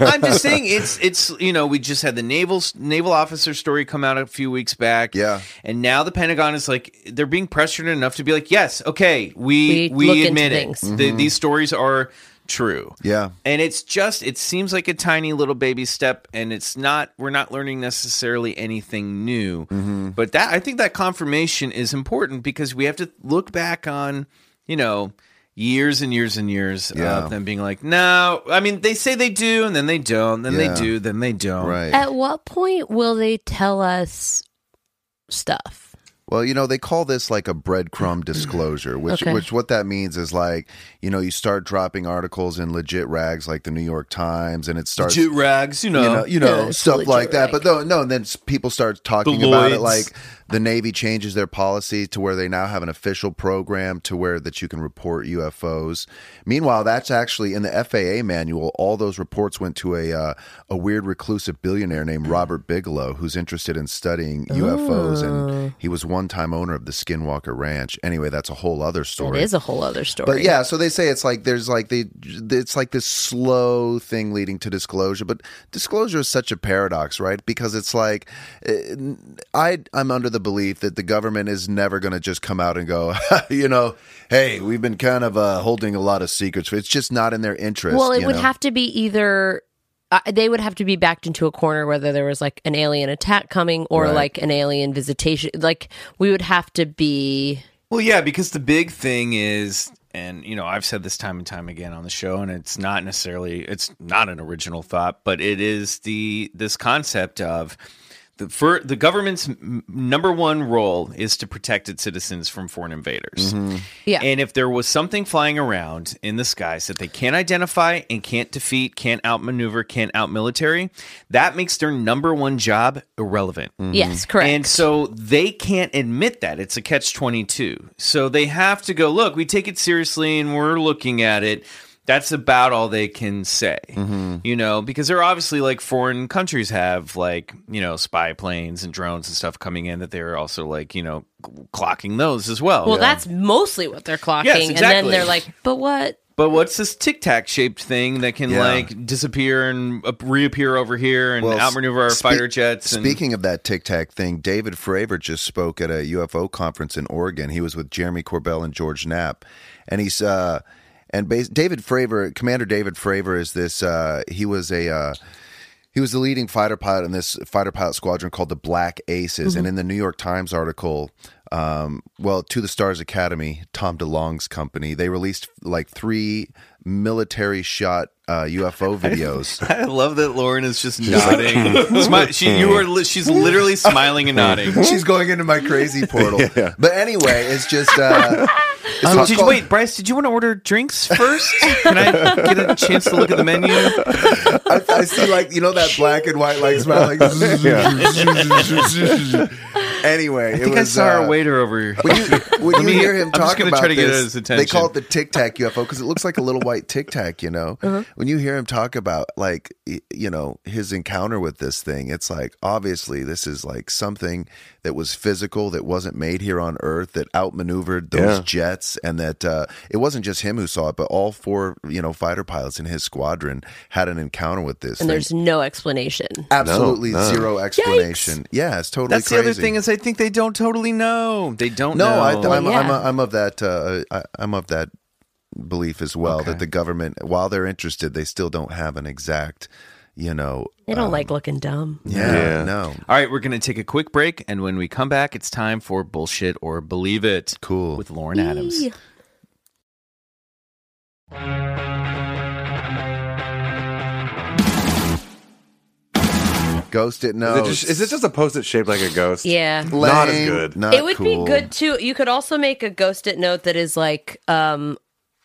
Speaker 2: I'm just saying it's it's you know we just had the naval naval officer story come out a few weeks back.
Speaker 3: Yeah.
Speaker 2: and now the Pentagon is like they're being pressured enough to be like, yes, okay, we
Speaker 5: We
Speaker 2: we,
Speaker 5: look into
Speaker 2: admit it.
Speaker 5: things.
Speaker 2: Th-
Speaker 3: Mm-hmm.
Speaker 2: these stories are true.
Speaker 3: Yeah.
Speaker 2: And it's just it seems like a tiny little baby step and it's not we're not learning necessarily anything new.
Speaker 3: Mm-hmm.
Speaker 2: But that I think that confirmation is important because we have to look back on, you know, years and years and years
Speaker 3: Yeah.
Speaker 2: of them being like, "No, I mean, they say they do and then they don't, then
Speaker 3: Yeah.
Speaker 2: they do, then they don't."
Speaker 3: Right.
Speaker 5: At what point will they tell us stuff?
Speaker 3: Well, you know, they call this like a breadcrumb disclosure, which
Speaker 5: Okay.
Speaker 3: which what that means is like, you know, you start dropping articles in legit rags like the New York Times and it starts
Speaker 2: Jute rags, you know.
Speaker 3: you know, you know
Speaker 5: Yeah, it's
Speaker 3: stuff
Speaker 5: legit
Speaker 3: like that.
Speaker 5: rag.
Speaker 3: But no, no, and then s- people start talking about it
Speaker 2: Lloyds.
Speaker 3: like the Navy changes their policy to where they now have an official program to where that you can report UFOs. Meanwhile, that's actually in the FAA manual. All those reports went to a uh, a weird reclusive billionaire
Speaker 5: Mm.
Speaker 3: named Robert Bigelow, who's interested in studying UFOs,
Speaker 5: Oh.
Speaker 3: and he was one time owner of the Skinwalker Ranch. Anyway, that's a whole other
Speaker 5: That
Speaker 3: story.
Speaker 5: is a whole other story.
Speaker 3: But yeah, so they say it's like there's like the it's like this slow thing leading to disclosure, but disclosure is such a paradox, right? Because it's like eh, I I'm under the belief that the government is never going to just come out and go, you know, hey, we've been kind of uh, holding a lot of secrets. It's just not in their interest.
Speaker 5: Well, it
Speaker 3: you
Speaker 5: would
Speaker 3: know?
Speaker 5: have to be either uh, they would have to be backed into a corner whether there was like an alien attack coming or
Speaker 3: Right.
Speaker 5: like an alien visitation. Like we would have to be
Speaker 2: Well, yeah, because the big thing is, and you know, I've said this time and time again on the show, and it's not necessarily, it's not an original thought, but it is the this concept of The, for, the government's m- number one role is to protect its citizens from foreign invaders.
Speaker 5: Yeah.
Speaker 2: And if there was something flying around in the skies that they can't identify and can't defeat, can't outmaneuver, can't outmilitary, that makes their number one job irrelevant.
Speaker 3: Mm-hmm.
Speaker 5: Yes, correct.
Speaker 2: And so they can't admit that. It's a catch 22. So they have to go, look, we take it seriously and we're looking at it. That's about all they can say,
Speaker 3: Mm-hmm.
Speaker 2: you know, because they're obviously like foreign countries have like, you know, spy planes and drones and stuff coming in that they're also like, you know, clocking those as well.
Speaker 5: well, that's mostly what they're clocking, and then
Speaker 2: exactly.
Speaker 5: they're like, "But what?"
Speaker 2: But what's this tic tac shaped thing that can
Speaker 3: Yeah.
Speaker 2: like disappear and up- reappear over here and
Speaker 3: Well,
Speaker 2: outmaneuver our
Speaker 3: spe-
Speaker 2: fighter jets? And,
Speaker 3: Speaking of that Tic Tac thing, David Fravor just spoke at a UFO conference in Oregon. He was with Jeremy Corbell and George Knapp, and he's uh, and bas- David Fravor, Commander David Fravor, is this? Uh, he was a. Uh, he was the leading fighter pilot in this fighter pilot squadron called the Black Aces. And in the New York Times article, um, well, to the Stars Academy, Tom DeLong's company, they released like three military shot uh, UFO videos.
Speaker 2: I love that Lauren is just nodding. Smi- she,
Speaker 3: Mm.
Speaker 2: you are li- she's literally smiling and nodding.
Speaker 3: She's going into my crazy portal. But anyway, it's just. Uh, it's
Speaker 2: So
Speaker 3: not
Speaker 2: did you-
Speaker 3: called-
Speaker 2: wait, Bryce, did you want to order drinks first? Can I get a chance to look at the menu?
Speaker 3: I, I see, like you know that black and white, like smile, like. anyway,
Speaker 2: I think I saw our waiter over here.
Speaker 3: When uh, you, when
Speaker 2: Let
Speaker 3: you
Speaker 2: me-
Speaker 3: hear him
Speaker 2: I'm just
Speaker 3: talk
Speaker 2: gonna
Speaker 3: about
Speaker 2: try to get his
Speaker 3: this, they call
Speaker 2: attention. Uh-huh.
Speaker 3: it the Tic Tac UFO because it looks like a little white Tic Tac. You know, when you hear him talk about like y- you know his encounter with this thing, it's like obviously this is like something that was physical that wasn't made here on Earth that outmaneuvered those
Speaker 4: Yeah.
Speaker 3: jets, and that uh, it wasn't just him who saw it, but all four you know fighter pilots in his squadron had an encounter with this.
Speaker 5: And
Speaker 3: thing.
Speaker 5: there's no explanation.
Speaker 3: absolutely
Speaker 4: No, no.
Speaker 3: zero explanation. Yeah, it's totally.
Speaker 2: That's the other
Speaker 3: crazy.
Speaker 2: thing is I think they don't totally know. They don't
Speaker 3: No,
Speaker 2: know.
Speaker 3: I, I'm,
Speaker 5: Well,
Speaker 3: I'm,
Speaker 5: yeah.
Speaker 3: I'm of that. Uh, I, I'm of that belief as well that the government, while they're interested, they still don't have an exact, you know. um,
Speaker 5: They don't like looking dumb.
Speaker 3: Yeah,
Speaker 4: Yeah.
Speaker 3: no,
Speaker 2: All right, we're going to take a quick break. And when we come back, it's time for Bullshit or Believe It.
Speaker 3: Cool.
Speaker 2: With Lauren Adams.
Speaker 5: Eee.
Speaker 3: ghost it.
Speaker 4: Is
Speaker 3: No,
Speaker 4: it, just, is it just a post-it shaped like a ghost?
Speaker 5: Yeah.
Speaker 3: Lame,
Speaker 4: Not as good.
Speaker 3: Not
Speaker 5: it would
Speaker 3: cool.
Speaker 5: be good too. You could also make a ghosted note that is like um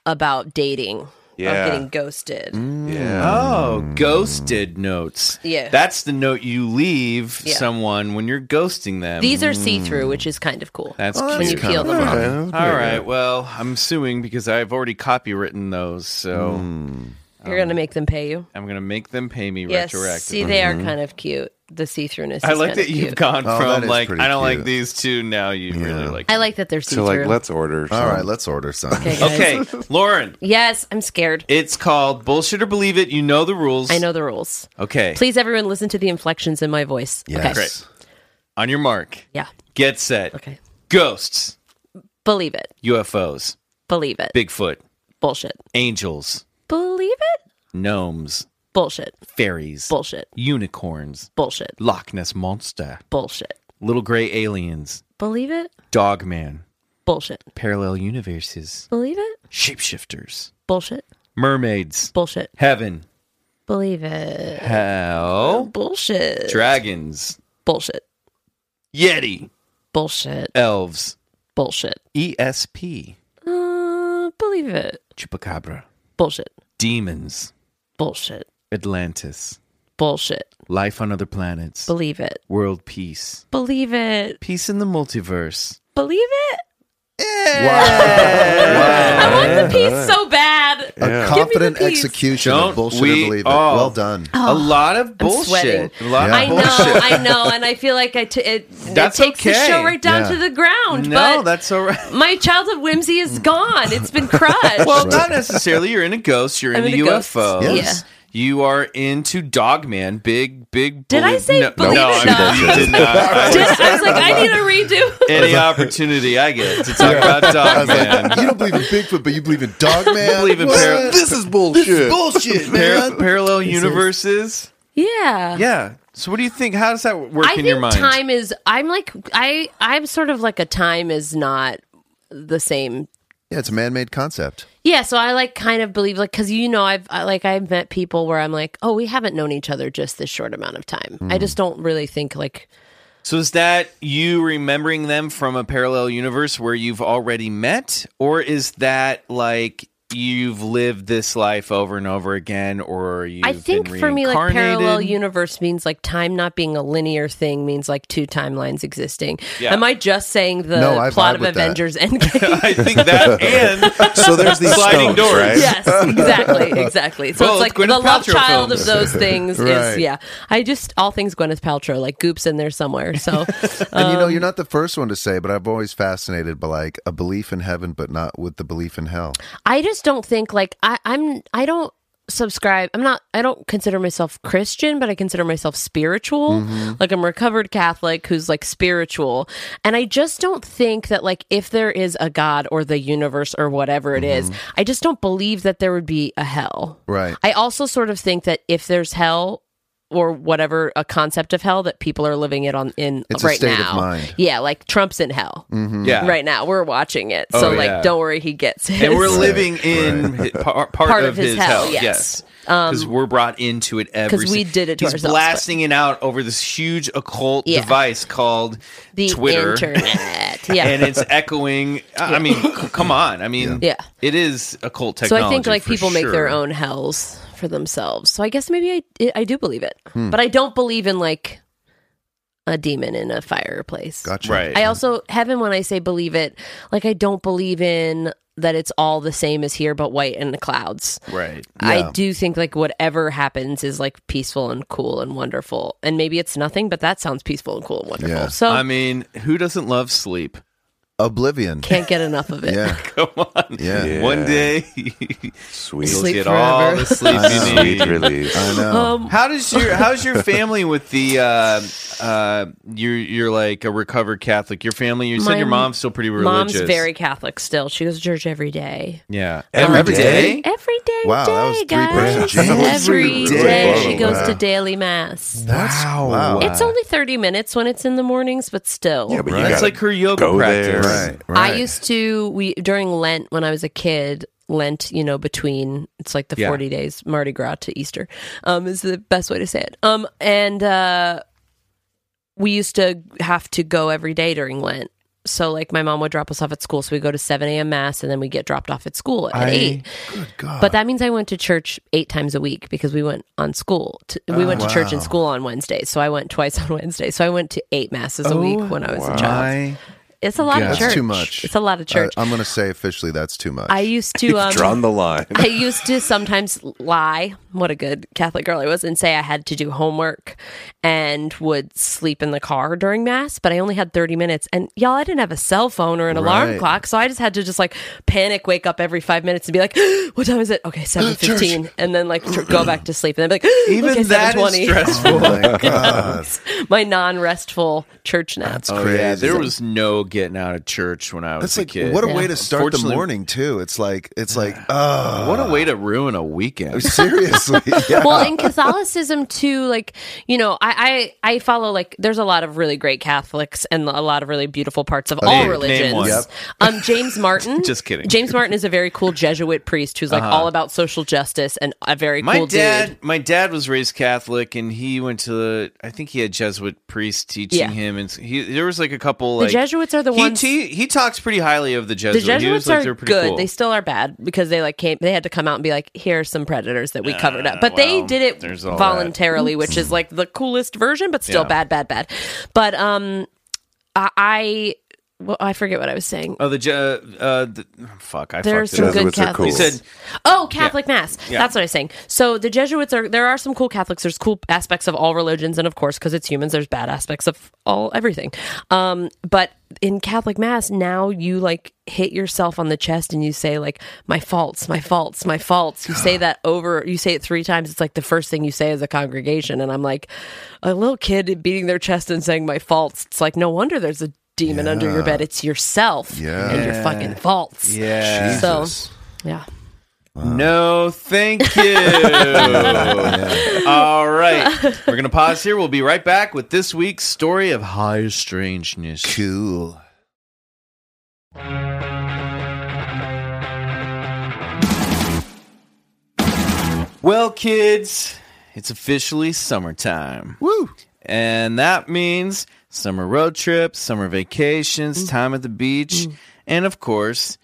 Speaker 5: about dating.
Speaker 4: Yeah. Mm.
Speaker 5: Of getting ghosted.
Speaker 3: Um,
Speaker 4: Yeah.
Speaker 2: Oh, ghosted notes.
Speaker 5: Yeah.
Speaker 2: That's the note you leave
Speaker 5: Yeah.
Speaker 2: someone when you're ghosting them.
Speaker 5: These are see through, which is kind of cool.
Speaker 2: That's
Speaker 5: when you
Speaker 2: cute.
Speaker 5: peel them off.
Speaker 4: Okay, that's
Speaker 2: All
Speaker 4: pretty
Speaker 2: right.
Speaker 4: good.
Speaker 2: Well, I'm suing because I've already copywritten those, so
Speaker 3: Hmm.
Speaker 5: You're gonna make them pay you.
Speaker 2: I'm going to make them pay me
Speaker 5: Yes.
Speaker 2: retroactively.
Speaker 5: See, they are kind of cute. The see throughness.
Speaker 2: I like that
Speaker 5: cute.
Speaker 2: you've gone
Speaker 3: Oh, that
Speaker 2: from
Speaker 3: is
Speaker 2: like
Speaker 3: pretty
Speaker 2: I don't like
Speaker 3: cute.
Speaker 2: these two. Now you really like.
Speaker 5: I like that they're see
Speaker 4: So
Speaker 5: through.
Speaker 4: like, let's order.
Speaker 3: All
Speaker 4: some.
Speaker 3: right, let's order some.
Speaker 2: okay, Lauren.
Speaker 5: Yes, I'm scared.
Speaker 2: It's called bullshit or believe it. You know the rules.
Speaker 5: I know the rules.
Speaker 2: Okay.
Speaker 5: Please, everyone, listen to the inflections in my voice. Okay.
Speaker 3: Yes.
Speaker 2: Great. On your mark.
Speaker 5: Yeah.
Speaker 2: Get set.
Speaker 5: Okay.
Speaker 2: Ghosts,
Speaker 5: Believe it.
Speaker 2: UFOs,
Speaker 5: Believe it.
Speaker 2: Bigfoot,
Speaker 5: Bullshit.
Speaker 2: angels,
Speaker 5: Believe it.
Speaker 2: gnomes,
Speaker 5: Bullshit.
Speaker 2: fairies,
Speaker 5: Bullshit.
Speaker 2: unicorns,
Speaker 5: Bullshit.
Speaker 2: Loch Ness monster,
Speaker 5: Bullshit.
Speaker 2: little gray aliens,
Speaker 5: Believe it.
Speaker 2: Dogman,
Speaker 5: Bullshit.
Speaker 2: parallel universes,
Speaker 5: Believe it.
Speaker 2: shapeshifters,
Speaker 5: Bullshit.
Speaker 2: mermaids,
Speaker 5: Bullshit.
Speaker 2: heaven,
Speaker 5: Believe it.
Speaker 2: hell,
Speaker 5: Bullshit.
Speaker 2: dragons,
Speaker 5: bullshit.
Speaker 2: Yeti,
Speaker 5: Bullshit.
Speaker 2: elves, E
Speaker 5: Bullshit.
Speaker 2: ESP,
Speaker 5: Uh, believe it.
Speaker 2: chupacabra,
Speaker 5: Bullshit.
Speaker 2: demons,
Speaker 5: Bullshit.
Speaker 2: Atlantis,
Speaker 5: Bullshit.
Speaker 2: life on other planets,
Speaker 5: Believe it.
Speaker 2: world peace,
Speaker 5: Believe it.
Speaker 2: peace in the multiverse.
Speaker 5: Believe it.
Speaker 3: Wow.
Speaker 5: I want the piece so bad.
Speaker 3: A confident execution
Speaker 2: Don't
Speaker 3: of bullshit
Speaker 2: we
Speaker 3: or believe
Speaker 2: all.
Speaker 3: it. Well done.
Speaker 5: Oh,
Speaker 2: a lot of
Speaker 5: sweating.
Speaker 2: bullshit. A lot
Speaker 3: Yeah.
Speaker 5: I
Speaker 2: of
Speaker 5: know,
Speaker 2: bullshit.
Speaker 5: I know, and I feel like I t- it, it
Speaker 2: That's
Speaker 5: takes the
Speaker 2: okay.
Speaker 5: show right down
Speaker 3: Yeah.
Speaker 5: to the ground.
Speaker 2: No,
Speaker 5: but
Speaker 2: that's all right.
Speaker 5: my childhood whimsy is gone. It's been crushed.
Speaker 2: Well, not necessarily. You're in a ghost. You're
Speaker 5: I'm
Speaker 2: in the
Speaker 5: in a ghost.
Speaker 2: UFOs.
Speaker 5: Yes.
Speaker 2: You are into Dogman. Big, big.
Speaker 5: Did I say
Speaker 2: no,
Speaker 5: believe
Speaker 2: no,
Speaker 5: it
Speaker 2: I
Speaker 5: or not?
Speaker 2: mean, you did not. Uh, I
Speaker 5: Did-
Speaker 2: just-
Speaker 5: I was like, I need a redo.
Speaker 2: any opportunity I get to talk about Dogman.
Speaker 3: You don't believe in Bigfoot, but you believe in dog man.
Speaker 2: believe in para-
Speaker 4: This is bullshit.
Speaker 3: bullshit,
Speaker 2: Par- parallel universes.
Speaker 5: Yeah.
Speaker 2: Yeah. So what do you think? How does that work
Speaker 5: I
Speaker 2: in
Speaker 5: think
Speaker 2: your mind?
Speaker 5: time is. I'm like I. I'm sort of like a time is not the same.
Speaker 3: Yeah, it's a man-made concept.
Speaker 5: Yeah, so I like kind of believe like because you know I've I, like I've met people where I'm like, oh, we haven't known each other just this short amount of time. I just
Speaker 2: Hmm.
Speaker 5: don't really think like
Speaker 2: So is that you remembering them from a parallel universe where you've already met, or is that like you've lived this life over and over again, or you?
Speaker 5: I think for me like parallel universe means like time not being a linear thing means like two timelines existing.
Speaker 2: Yeah.
Speaker 5: Am I just saying the
Speaker 3: No, I vibe
Speaker 5: plot of
Speaker 3: with that.
Speaker 5: Avengers Endgame?
Speaker 2: I think that and
Speaker 4: So there's these
Speaker 2: Sliding
Speaker 4: stones,
Speaker 2: doors.
Speaker 4: right?
Speaker 5: yes, exactly, exactly. So
Speaker 2: Well,
Speaker 5: it's like
Speaker 2: Gwyneth
Speaker 5: the love
Speaker 2: Paltrow
Speaker 5: child
Speaker 2: films.
Speaker 5: of those things
Speaker 3: Right.
Speaker 5: is yeah. I just all things Gwyneth Paltrow like goops in there somewhere. So
Speaker 3: And you know,
Speaker 5: Um,
Speaker 3: you're not the first one to say, but I'm always fascinated by like a belief in heaven, but not with the belief in hell.
Speaker 5: I just don't think like I, I'm I don't subscribe I'm not I don't consider myself Christian, but I consider myself spiritual.
Speaker 3: Mm-hmm.
Speaker 5: Like I'm a recovered Catholic who's like spiritual. And I just don't think that like if there is a God or the universe or whatever it is, I just don't believe that there would be a hell.
Speaker 3: Mm-hmm. Right.
Speaker 5: I also sort of think that if there's hell or whatever a concept of hell that people are living it on in
Speaker 3: It's a
Speaker 5: right
Speaker 3: state of
Speaker 5: now.
Speaker 3: mind. Mm-hmm.
Speaker 5: Yeah, like Trump's in hell
Speaker 2: yeah,
Speaker 5: right now. We're watching it. So
Speaker 2: Oh,
Speaker 5: like
Speaker 2: yeah.
Speaker 5: don't worry he gets it.
Speaker 2: And we're living in hi- par- part,
Speaker 5: Part
Speaker 2: of,
Speaker 5: of his hell, yes.
Speaker 2: Because we're brought into it every.
Speaker 5: 'cause we
Speaker 2: si-
Speaker 5: did it to
Speaker 2: He's
Speaker 5: ourselves, but-
Speaker 2: blasting it out over this huge occult
Speaker 5: Yeah.
Speaker 2: device called
Speaker 5: the
Speaker 2: Twitter.
Speaker 5: internet. Yeah.
Speaker 2: and it's echoing. I I mean, c- come on. I mean,
Speaker 5: Yeah.
Speaker 2: it is occult
Speaker 5: so
Speaker 2: technology.
Speaker 5: I think like
Speaker 2: for
Speaker 5: people make
Speaker 2: sure.
Speaker 5: their own hells for themselves. So I guess maybe I I do believe it,
Speaker 2: Hmm.
Speaker 5: but I don't believe in like a demon in a fireplace.
Speaker 3: Gotcha.
Speaker 2: Right.
Speaker 5: I also heaven when I say believe it, like I don't believe in that it's all the same as here but white in the clouds.
Speaker 2: right.
Speaker 5: I do think like whatever happens is like peaceful and cool and wonderful. And maybe it's nothing, but that sounds peaceful and cool and wonderful.
Speaker 3: Yeah.
Speaker 5: So
Speaker 2: I mean, who doesn't love sleep?
Speaker 3: Oblivion.
Speaker 5: can't get enough of it.
Speaker 3: Yeah.
Speaker 2: Come on.
Speaker 3: Yeah.
Speaker 4: Yeah.
Speaker 2: One day
Speaker 4: Sweet,
Speaker 2: you'll
Speaker 5: Sleep
Speaker 2: get all
Speaker 5: forever.
Speaker 2: the sleep you need.
Speaker 4: sweet release.
Speaker 3: I know.
Speaker 5: Um,
Speaker 2: How does your how's your family with the uh uh you're you're like a recovered Catholic. Your family you said
Speaker 5: My
Speaker 2: your mom's still pretty religious.
Speaker 5: Mom's very Catholic still. She goes to church every day.
Speaker 2: yeah.
Speaker 4: Every day?
Speaker 5: Every day,
Speaker 3: Wow, that was three
Speaker 5: day, guys.
Speaker 3: percent change.
Speaker 5: Every
Speaker 3: Every
Speaker 5: day
Speaker 4: day.
Speaker 5: she goes
Speaker 3: Wow.
Speaker 5: to daily mass.
Speaker 3: wow.
Speaker 5: It's only thirty minutes when it's in the mornings, but still.
Speaker 4: Yeah, but you
Speaker 2: That's
Speaker 4: gotta
Speaker 2: like her yoga
Speaker 4: go
Speaker 2: practice.
Speaker 4: there.
Speaker 3: Right. Right.
Speaker 5: I used to we during Lent when I was a kid. Lent, you know, between it's like the
Speaker 2: Yeah.
Speaker 5: forty days Mardi Gras to Easter, um, is the best way to say it. Um, and uh, we used to have to go every day during Lent. So like my mom would drop us off at school, so we go to seven a.m. mass, and then we get dropped off at school at eight. But that means I went to church eight times a week because we went on school. To, we went to church and school on Wednesdays, so I went twice on Wednesday. So I went to eight masses a week when I was a child.
Speaker 2: My
Speaker 5: It's a lot of
Speaker 3: That's
Speaker 5: church.
Speaker 3: too much. Uh,
Speaker 5: It's a lot of church.
Speaker 3: I, am going to say officially that's too much.
Speaker 5: I used to um,
Speaker 4: drawn the line.
Speaker 5: I used to sometimes lie. What a good Catholic girl I was, and say I had to do homework and would sleep in the car during mass. But I only had thirty minutes, and y'all, I didn't have a cell phone or an alarm
Speaker 3: Right.
Speaker 5: clock, so I just had to just like panic, wake up every five minutes and be like, "What time is it? Okay, seven fifteen. and then like tr- go back to sleep, and then be like,
Speaker 2: even
Speaker 5: okay,
Speaker 2: that is
Speaker 5: 7:20."
Speaker 2: stressful.
Speaker 3: Oh my God.
Speaker 5: My non-restful church nap.
Speaker 3: That's
Speaker 2: Oh,
Speaker 3: crazy.
Speaker 2: yeah, there was no getting out of church when I was
Speaker 3: That's
Speaker 2: a
Speaker 3: like
Speaker 2: kid.
Speaker 3: what a way to start the
Speaker 2: Unfortunately-
Speaker 3: morning too. It's like it's like uh
Speaker 2: What a way to ruin a weekend.
Speaker 3: seriously. Yeah.
Speaker 5: well in catholicism too like you know I, I i follow like there's a lot of really great catholics and a lot of really beautiful parts of all
Speaker 2: name
Speaker 5: religions
Speaker 2: one. Yep.
Speaker 5: um james martin
Speaker 2: Just kidding. Uh-huh.
Speaker 5: james martin is a very cool jesuit priest who's like all about social justice and a very
Speaker 2: My
Speaker 5: cool
Speaker 2: dad,
Speaker 5: dude
Speaker 2: my dad was raised Catholic, and he went to the. I think he had Jesuit priests teaching
Speaker 5: Yeah.
Speaker 2: him, and he there was like a couple.
Speaker 5: The
Speaker 2: Like,
Speaker 5: Jesuits are the
Speaker 2: he
Speaker 5: ones-
Speaker 2: He, he talks pretty highly of the
Speaker 5: the
Speaker 2: Jesuits. he was
Speaker 5: Jesuits
Speaker 2: like,
Speaker 5: are
Speaker 2: they're pretty
Speaker 5: good.
Speaker 2: Cool.
Speaker 5: They still are bad because they like came. They had to come out and be like, "Here are some predators that we covered up," but they
Speaker 2: well,
Speaker 5: did it
Speaker 2: there's all
Speaker 5: voluntarily, which is like the coolest version, but still
Speaker 2: Yeah.
Speaker 5: bad, bad, bad. But um, I, I well, I forget what I was saying.
Speaker 2: oh, the Je- uh, the, fuck, I
Speaker 5: There's
Speaker 2: fucked it
Speaker 5: some
Speaker 2: up.
Speaker 5: good
Speaker 4: Jesuits are
Speaker 5: Catholics.
Speaker 4: cool. You
Speaker 2: said-
Speaker 5: "Oh, Catholic Mass."
Speaker 2: Yeah.
Speaker 5: That's what I was saying. So the Jesuits are. There are some cool Catholics. There's cool aspects of all religions, and of course, because it's humans, there's bad aspects of all everything. Um, but in Catholic Mass, now you like hit yourself on the chest and you say like, "My faults, my faults, my faults." You say that over. You say it three times. It's like the first thing you say as a congregation, and I'm like, a little kid beating their chest and saying my faults. It's like no wonder there's a demon under your bed. It's yourself
Speaker 3: Yeah.
Speaker 5: and your fucking faults.
Speaker 2: Yeah.
Speaker 5: So yeah.
Speaker 2: No, thank
Speaker 3: Oh,
Speaker 2: you. All right, we're gonna pause here. We'll be right back with this week's story of high strangeness.
Speaker 3: Cool.
Speaker 2: Well, kids, it's officially summertime. Woo! And that means summer road trips, summer
Speaker 5: Mm.
Speaker 2: vacations, time at the beach, and of course,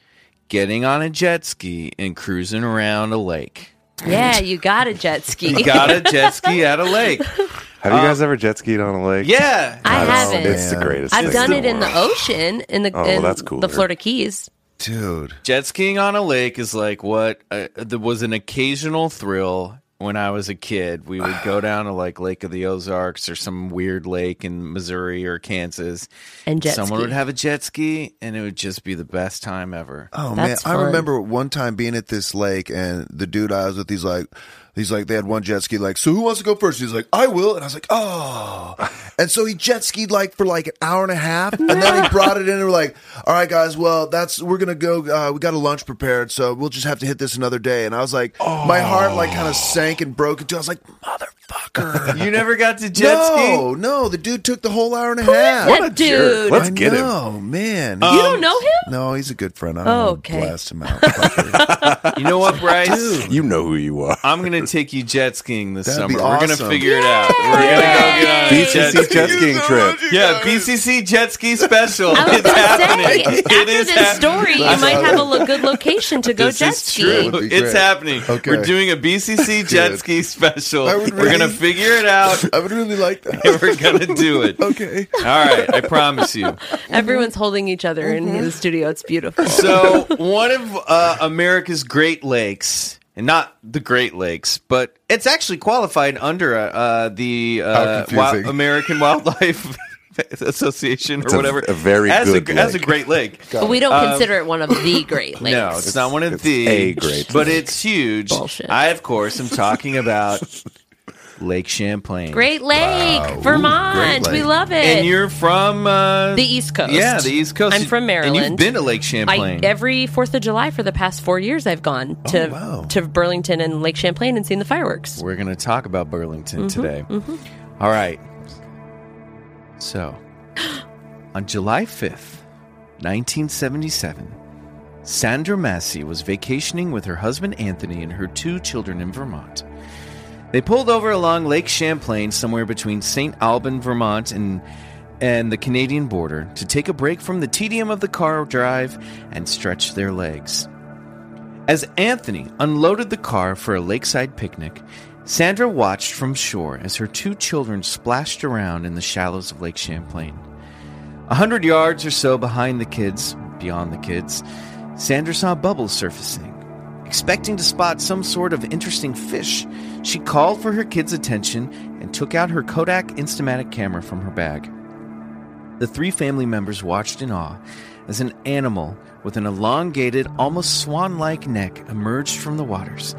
Speaker 2: getting on a jet ski and cruising around a lake.
Speaker 5: Yeah, you got a jet ski.
Speaker 2: You got a jet ski at a lake.
Speaker 4: Have you guys ever jet skied on a lake?
Speaker 2: Yeah.
Speaker 5: I
Speaker 4: That's-
Speaker 5: Uh, haven't.
Speaker 4: It's the greatest.
Speaker 5: I've
Speaker 4: thing
Speaker 5: done
Speaker 4: the
Speaker 5: it in the
Speaker 4: world.
Speaker 5: ocean in the
Speaker 4: Oh, well,
Speaker 5: in
Speaker 4: that's cool.
Speaker 5: the Florida Keys.
Speaker 3: dude.
Speaker 2: Jet skiing on a lake is like what uh, there was an occasional thrill when I was a kid. We would go down to like Lake of the Ozarks or some weird lake in Missouri or Kansas,
Speaker 5: And jet
Speaker 2: someone
Speaker 5: ski.
Speaker 2: would have a jet ski, and it would just be the best time ever.
Speaker 3: Oh
Speaker 5: That's
Speaker 3: man, I
Speaker 5: fun.
Speaker 3: remember one time being at this lake and the dude I was with, he's like, he's like, they had one jet ski, like, so who wants to go first? He's like, I will, and I was like, oh, and so he jet skied like for like an hour and a half, and then he brought it in and we're like, all right guys, well that's we're gonna go, uh, we got a lunch prepared, so we'll just have to hit this another day, and I was like, my heart like
Speaker 5: Oh.
Speaker 3: kind of sank and broke into, I was like, motherfucker,
Speaker 2: You never got to jet
Speaker 3: no, no, the dude took the whole hour and a half.
Speaker 5: that dude?
Speaker 4: Let's
Speaker 3: I
Speaker 4: get him.
Speaker 3: know, man.
Speaker 5: you don't know him?
Speaker 3: No, he's a good friend. I
Speaker 5: Oh,
Speaker 3: don't
Speaker 5: okay.
Speaker 3: okay. blast him out. Fucker.
Speaker 2: ski. You know what, Bryce?
Speaker 4: You know who you are.
Speaker 2: I'm gonna take you jet skiing this
Speaker 3: That'd be
Speaker 2: summer. We're gonna
Speaker 3: awesome.
Speaker 2: figure it out. We're gonna go get on a jet
Speaker 4: BCC
Speaker 2: ski.
Speaker 4: jet skiing trip.
Speaker 2: Yeah, BCC jet ski special.
Speaker 5: I was
Speaker 2: it's
Speaker 5: going to
Speaker 2: happening.
Speaker 5: say, after
Speaker 2: it is
Speaker 5: this
Speaker 2: happening.
Speaker 5: story, you might have a lo- good location to go
Speaker 2: This
Speaker 5: jet
Speaker 2: is true.
Speaker 5: skiing.
Speaker 3: Would be
Speaker 2: It's
Speaker 3: great.
Speaker 2: happening.
Speaker 3: Okay.
Speaker 2: We're doing a BCC jet
Speaker 3: Good.
Speaker 2: ski special.
Speaker 3: I would
Speaker 2: We're gonna
Speaker 3: really-
Speaker 2: figure it out.
Speaker 3: I would really like
Speaker 2: and
Speaker 3: that.
Speaker 2: We're gonna do it. All
Speaker 3: Okay.
Speaker 2: right, I promise you.
Speaker 5: Everyone's holding each other in the studio. It's beautiful.
Speaker 2: So one of uh, America's Great Lakes, and not the Great Lakes, but it's actually qualified under uh, uh, the uh,
Speaker 3: How confusing.
Speaker 2: Wi- American Wildlife Association or
Speaker 4: a-
Speaker 2: whatever.
Speaker 4: a very
Speaker 2: as
Speaker 4: good
Speaker 2: a, as a
Speaker 4: lake.
Speaker 2: Great Lake.
Speaker 5: But we don't consider it one of the Great Lakes.
Speaker 2: um, No, it's not one of the
Speaker 4: a great
Speaker 2: but it's huge.
Speaker 5: Bullshit.
Speaker 2: I of course am talking about Lake Champlain.
Speaker 5: Great Lake, Vermont.
Speaker 3: Great
Speaker 5: We
Speaker 3: Lake.
Speaker 5: love it.
Speaker 2: And you're from uh,
Speaker 5: the East Coast.
Speaker 2: Yeah, the East Coast.
Speaker 5: I'm from
Speaker 2: And
Speaker 5: Maryland.
Speaker 2: you've been to Lake
Speaker 5: I,
Speaker 2: Champlain.
Speaker 5: every Fourth of July for the past four years, I've gone
Speaker 2: Oh,
Speaker 5: to to Burlington and Lake Champlain and seen the fireworks.
Speaker 2: We're going to talk about Burlington today. All right. So, on July 5th, 1977, Sandra Massey was vacationing with her husband Anthony and her two children in Vermont. They pulled over along Lake Champlain, somewhere between St. Alban, Vermont, and and the Canadian border to take a break from the tedium of the car drive and stretch their legs. As Anthony unloaded the car for a lakeside picnic, Sandra watched from shore as her two children splashed around in the shallows of Lake Champlain. A hundred yards or so behind the kids, beyond the kids, Sandra saw bubbles surfacing. Expecting to spot some sort of interesting fish, she called for her kids' attention and took out her Kodak Instamatic camera from her bag. The three family members watched in awe as an animal with an elongated, almost swan like neck emerged from the waters,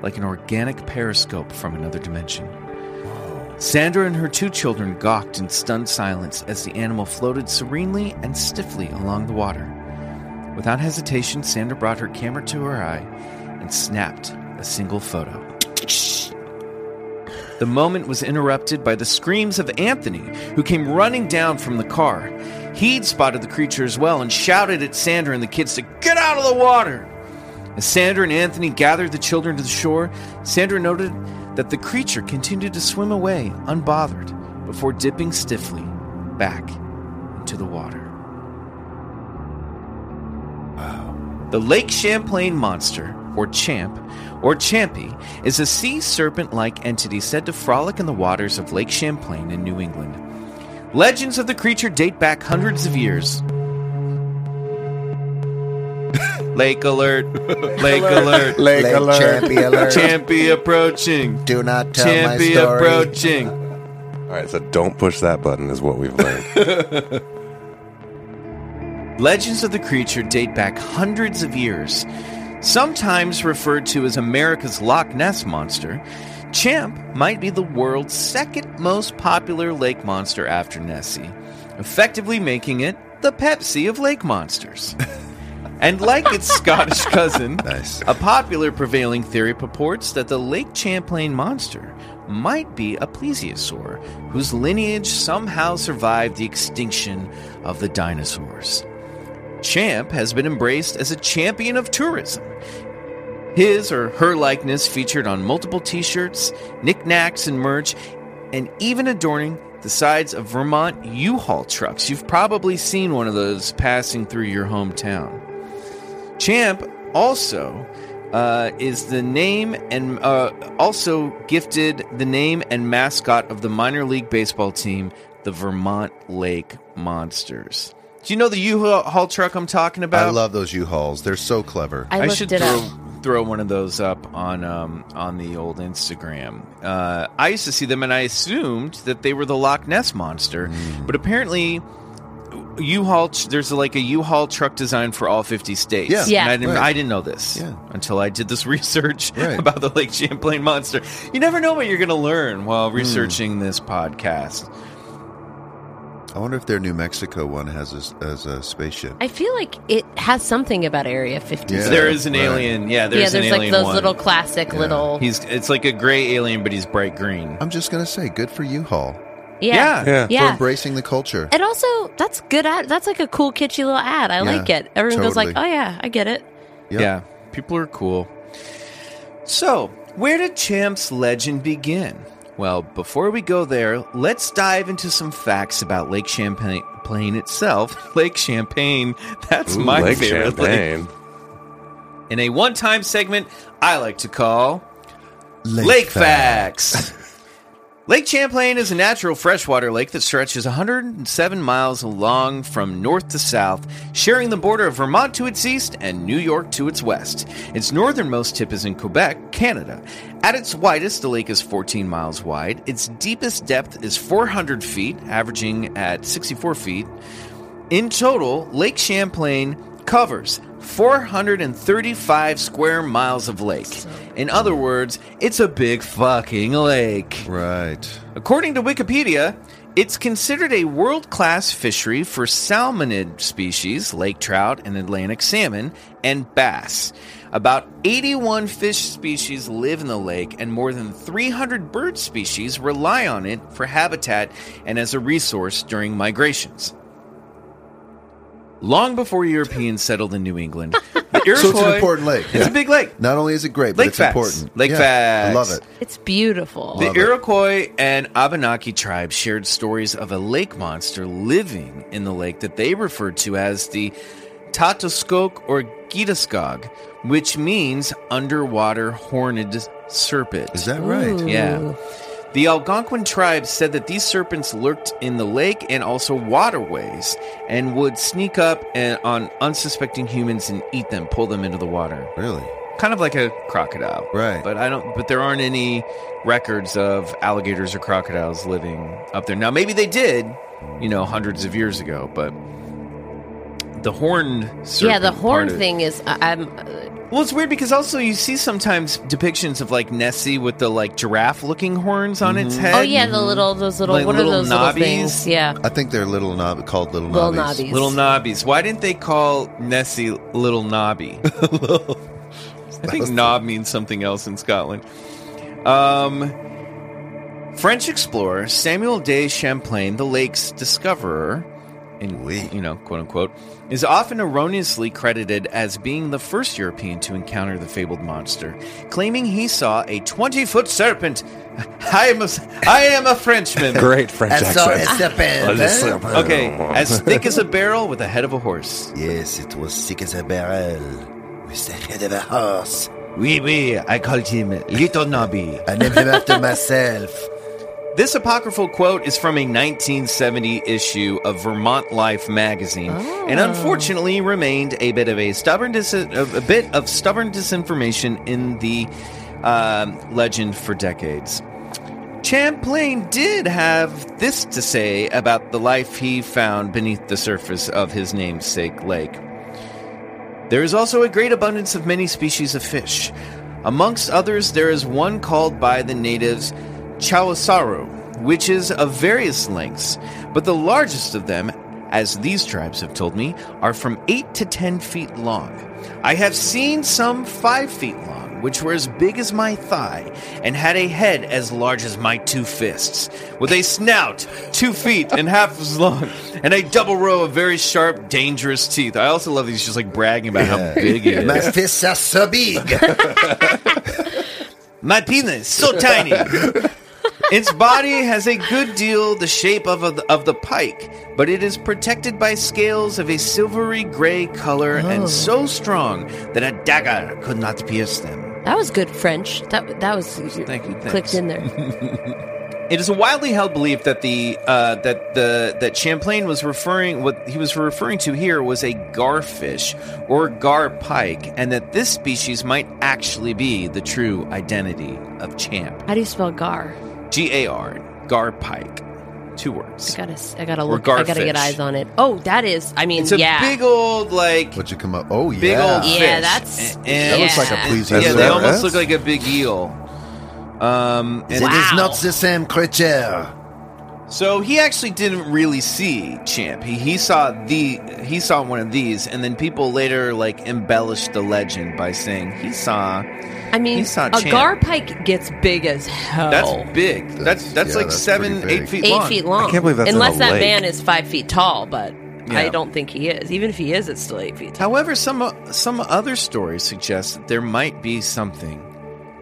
Speaker 2: like an organic periscope from another dimension. Sandra and her two children gawked in stunned silence as the animal floated serenely and stiffly along the water. Without hesitation, Sandra brought her camera to her eye and snapped a single photo. The moment was interrupted by the screams of Anthony, who came running down from the car. He'd spotted the creature as well and shouted at Sandra and the kids to get out of the water. As Sandra and Anthony gathered the children to the shore, Sandra noted that the creature continued to swim away unbothered before dipping stiffly back into the water. The Lake Champlain monster, or Champ, or Champy, is a sea serpent like entity said to frolic in the waters of Lake Champlain in New England. Legends of the creature date back hundreds of years. Lake alert! Lake alert!
Speaker 4: Lake
Speaker 2: Champy approaching!
Speaker 3: Do not
Speaker 2: Champy approaching!
Speaker 4: All right, so don't push that button is what we've learned.
Speaker 2: Legends of the creature date back hundreds of years. Sometimes referred to as America's Loch Ness Monster, Champ might be the world's second most popular lake monster after Nessie, effectively making it the Pepsi of lake monsters. And like its Scottish cousin,
Speaker 3: Nice.
Speaker 2: a popular prevailing theory purports that the Lake Champlain monster might be a plesiosaur whose lineage somehow survived the extinction of the dinosaurs. Champ has been embraced as a champion of tourism. His or her likeness featured on multiple t shirts, knickknacks, and merch, and even adorning the sides of Vermont U Haul trucks. You've probably seen one of those passing through your hometown. Champ also uh, is the name and uh, also gifted the name and mascot of the minor league baseball team, the Vermont Lake Monsters. Do you know the U-Haul truck I'm talking about?
Speaker 3: I love those U-Hauls. They're so clever.
Speaker 5: I,
Speaker 2: I
Speaker 5: looked
Speaker 2: should
Speaker 5: it
Speaker 2: throw,
Speaker 5: up.
Speaker 2: throw one of those up on um, on the old Instagram. Uh, I used to see them, and I assumed that they were the Loch Ness monster,
Speaker 3: Hmm.
Speaker 2: but apparently. U-Haul, tr- there's like a U-Haul truck design for all 50 states.
Speaker 3: Yeah.
Speaker 5: Yeah.
Speaker 2: And I didn't,
Speaker 3: Right.
Speaker 2: I didn't know this
Speaker 3: Yeah.
Speaker 2: until I did this research
Speaker 3: Right.
Speaker 2: about the Lake Champlain monster. You never know what you're going to learn
Speaker 3: Hmm.
Speaker 2: while researching this podcast.
Speaker 3: I wonder if their New Mexico one has a, s- as a spaceship.
Speaker 5: I feel like it has something about Area 50.
Speaker 3: Yeah,
Speaker 2: there is an
Speaker 3: right.
Speaker 2: alien. Yeah,
Speaker 5: yeah,
Speaker 2: there's,
Speaker 5: there's
Speaker 2: an
Speaker 5: like
Speaker 2: alien
Speaker 5: those
Speaker 2: one.
Speaker 5: little classic little.
Speaker 2: He's it's like a gray alien, but he's bright green.
Speaker 3: I'm just gonna say, good for U-Haul
Speaker 5: yeah.
Speaker 4: Yeah.
Speaker 3: for
Speaker 5: Yeah.
Speaker 3: embracing the culture.
Speaker 5: And also, that's good ad. That's like a cool, kitschy little ad. I
Speaker 3: Yeah,
Speaker 5: like it. Everyone goes like, "Oh
Speaker 3: totally.
Speaker 5: yeah, I get it."
Speaker 3: Yep.
Speaker 2: Yeah, people are cool. So, where did Champ's legend begin? Well, before we go there, let's dive into some facts about Lake Champlain Plain itself. Lake Champlain, that's
Speaker 4: Ooh,
Speaker 2: my
Speaker 4: Lake
Speaker 2: favorite lake.
Speaker 4: Champlain.
Speaker 2: In a one time segment I like to call Lake, Facts. lake Champlain is a natural freshwater lake that stretches 107 miles long from north to south, sharing the border of Vermont to its east and New York to its west. Its northernmost tip is in Quebec, Canada. At its widest, the lake is 14 miles wide. Its deepest depth is 400 feet, averaging at 64 feet. In total, Lake Champlain covers 435 square miles of lake. In other words, it's a big fucking lake.
Speaker 3: Right.
Speaker 2: According to Wikipedia, it's considered a world class fishery for salmonid species, lake trout and Atlantic salmon, and bass. About 81 fish species live in the lake, and more than 300 bird species rely on it for habitat and as a resource during migrations. Long before Europeans settled in New England, the Iroquois,
Speaker 3: So it's an important lake.
Speaker 2: It's a big lake.
Speaker 3: Not only is it great, but
Speaker 2: Lake
Speaker 3: it's
Speaker 2: facts.
Speaker 3: important.
Speaker 2: Lake
Speaker 3: yeah,
Speaker 2: facts.
Speaker 3: I love it.
Speaker 5: It's beautiful.
Speaker 2: The
Speaker 3: Love it.
Speaker 2: Iroquois and Abenaki tribes shared stories of a lake monster living in the lake that they referred to as the Tatoskok or Gitaskog, which means underwater horned serpent.
Speaker 3: Is that right?
Speaker 2: Yeah. The Algonquin tribes said that these serpents lurked in the lake and also waterways and would sneak up and, on unsuspecting humans and eat them, pull them into the water
Speaker 3: Really?
Speaker 2: kind of like a crocodile,
Speaker 3: Right.
Speaker 2: But I don't. But there aren't any records of alligators or crocodiles living up there. Now, maybe they did, you know, hundreds of years ago, but the horned serpent
Speaker 5: yeah, the horn
Speaker 2: part of-
Speaker 5: thing is. I- I'm. uh,
Speaker 2: Well, it's weird because also you see sometimes depictions of like Nessie with the like giraffe-looking horns on its head.
Speaker 5: Oh yeah, the little those little
Speaker 2: Like
Speaker 5: what
Speaker 2: little
Speaker 5: are those little
Speaker 2: knobbies?
Speaker 5: things? Yeah,
Speaker 3: I think they're little knob called little
Speaker 5: little
Speaker 3: knobbies.
Speaker 5: knobbies.
Speaker 2: Little knobbies. Why didn't they call Nessie Little Knobby? I think knob means something else in Scotland. Um, French explorer Samuel de Champlain, the lake's discoverer, in
Speaker 3: Oui.
Speaker 2: you know, quote unquote, is often erroneously credited as being the first European to encounter the fabled monster, claiming he saw a twenty-foot serpent. I am a, I am a Frenchman.
Speaker 4: Great Ah. French accent.
Speaker 3: serpent.
Speaker 2: Okay, as thick as a barrel with the head of a horse.
Speaker 3: Yes, it was sick as a barrel. With the head of a horse.
Speaker 2: Oui, oui, I called him Little Nobby.
Speaker 3: I named him after myself.
Speaker 2: This apocryphal quote is from a 1970 issue of Vermont Life magazine, and unfortunately remained a bit of a stubborn dis- of- a bit of stubborn disinformation in the um, legend for decades. Champlain did have this to say about the life he found beneath the surface of his namesake lake. There is also a great abundance of many species of fish. Amongst others, there is one called by the natives Chawasaru, which is of various lengths, but the largest of them as these tribes have told me, are from 8 to 10 feet long. I have seen some 5 feet long, which were as big as my thigh, and had a head as large as my two fists, with a snout 2 feet and half as long, and a double row of very sharp, dangerous teeth. I also love that he's just like bragging about how big it is.
Speaker 3: My fists are so big.
Speaker 2: My penis so tiny. its body has a good deal the shape of a, of the pike, but it is protected by scales of a silvery gray color and so strong that a dagger could not pierce them.
Speaker 5: That was good French. That that was
Speaker 2: Thank you. Thanks.
Speaker 5: clicked in there.
Speaker 2: It is a widely held belief that the uh, that the that Champlain was referring what he was referring to here was a garfish or gar pike, and that this species might actually be the true identity of Champ.
Speaker 5: How do you spell gar?
Speaker 2: G A R gar pike, two words.
Speaker 5: I gotta s- I gotta look.
Speaker 2: gar
Speaker 5: I gotta get
Speaker 2: fish.
Speaker 5: eyes on it. Oh, that is. I mean,
Speaker 2: It's a
Speaker 5: yeah.
Speaker 2: big old like
Speaker 3: What'd you come up? Oh yeah.
Speaker 2: big old
Speaker 5: Yeah,
Speaker 2: fish.
Speaker 5: that's-
Speaker 2: A-
Speaker 3: That
Speaker 2: and-
Speaker 3: looks like a
Speaker 5: Yeah.
Speaker 3: please.
Speaker 2: yeah,
Speaker 4: That's
Speaker 2: they
Speaker 4: right.
Speaker 2: almost look like a big eel. Um, and
Speaker 5: Wow.
Speaker 3: the same creature.
Speaker 2: so he actually didn't really see Champ. He, he saw the he saw one of these, and then people later like embellished the legend by saying he saw.
Speaker 5: I mean,
Speaker 2: He's not
Speaker 5: a
Speaker 2: champ.
Speaker 5: gar pike gets big as hell.
Speaker 2: That's big. That's that's,
Speaker 3: yeah,
Speaker 2: like
Speaker 3: that's
Speaker 2: seven,
Speaker 3: pretty big.
Speaker 2: eight feet
Speaker 5: eight
Speaker 2: long.
Speaker 5: feet long.
Speaker 4: I can't believe that's in
Speaker 5: unless
Speaker 4: a
Speaker 5: that
Speaker 4: lake.
Speaker 5: man is five feet tall, but
Speaker 2: Yeah.
Speaker 5: I don't think he is. Even if he is, it's still eight feet tall.
Speaker 2: However, some some other stories suggest that there might be something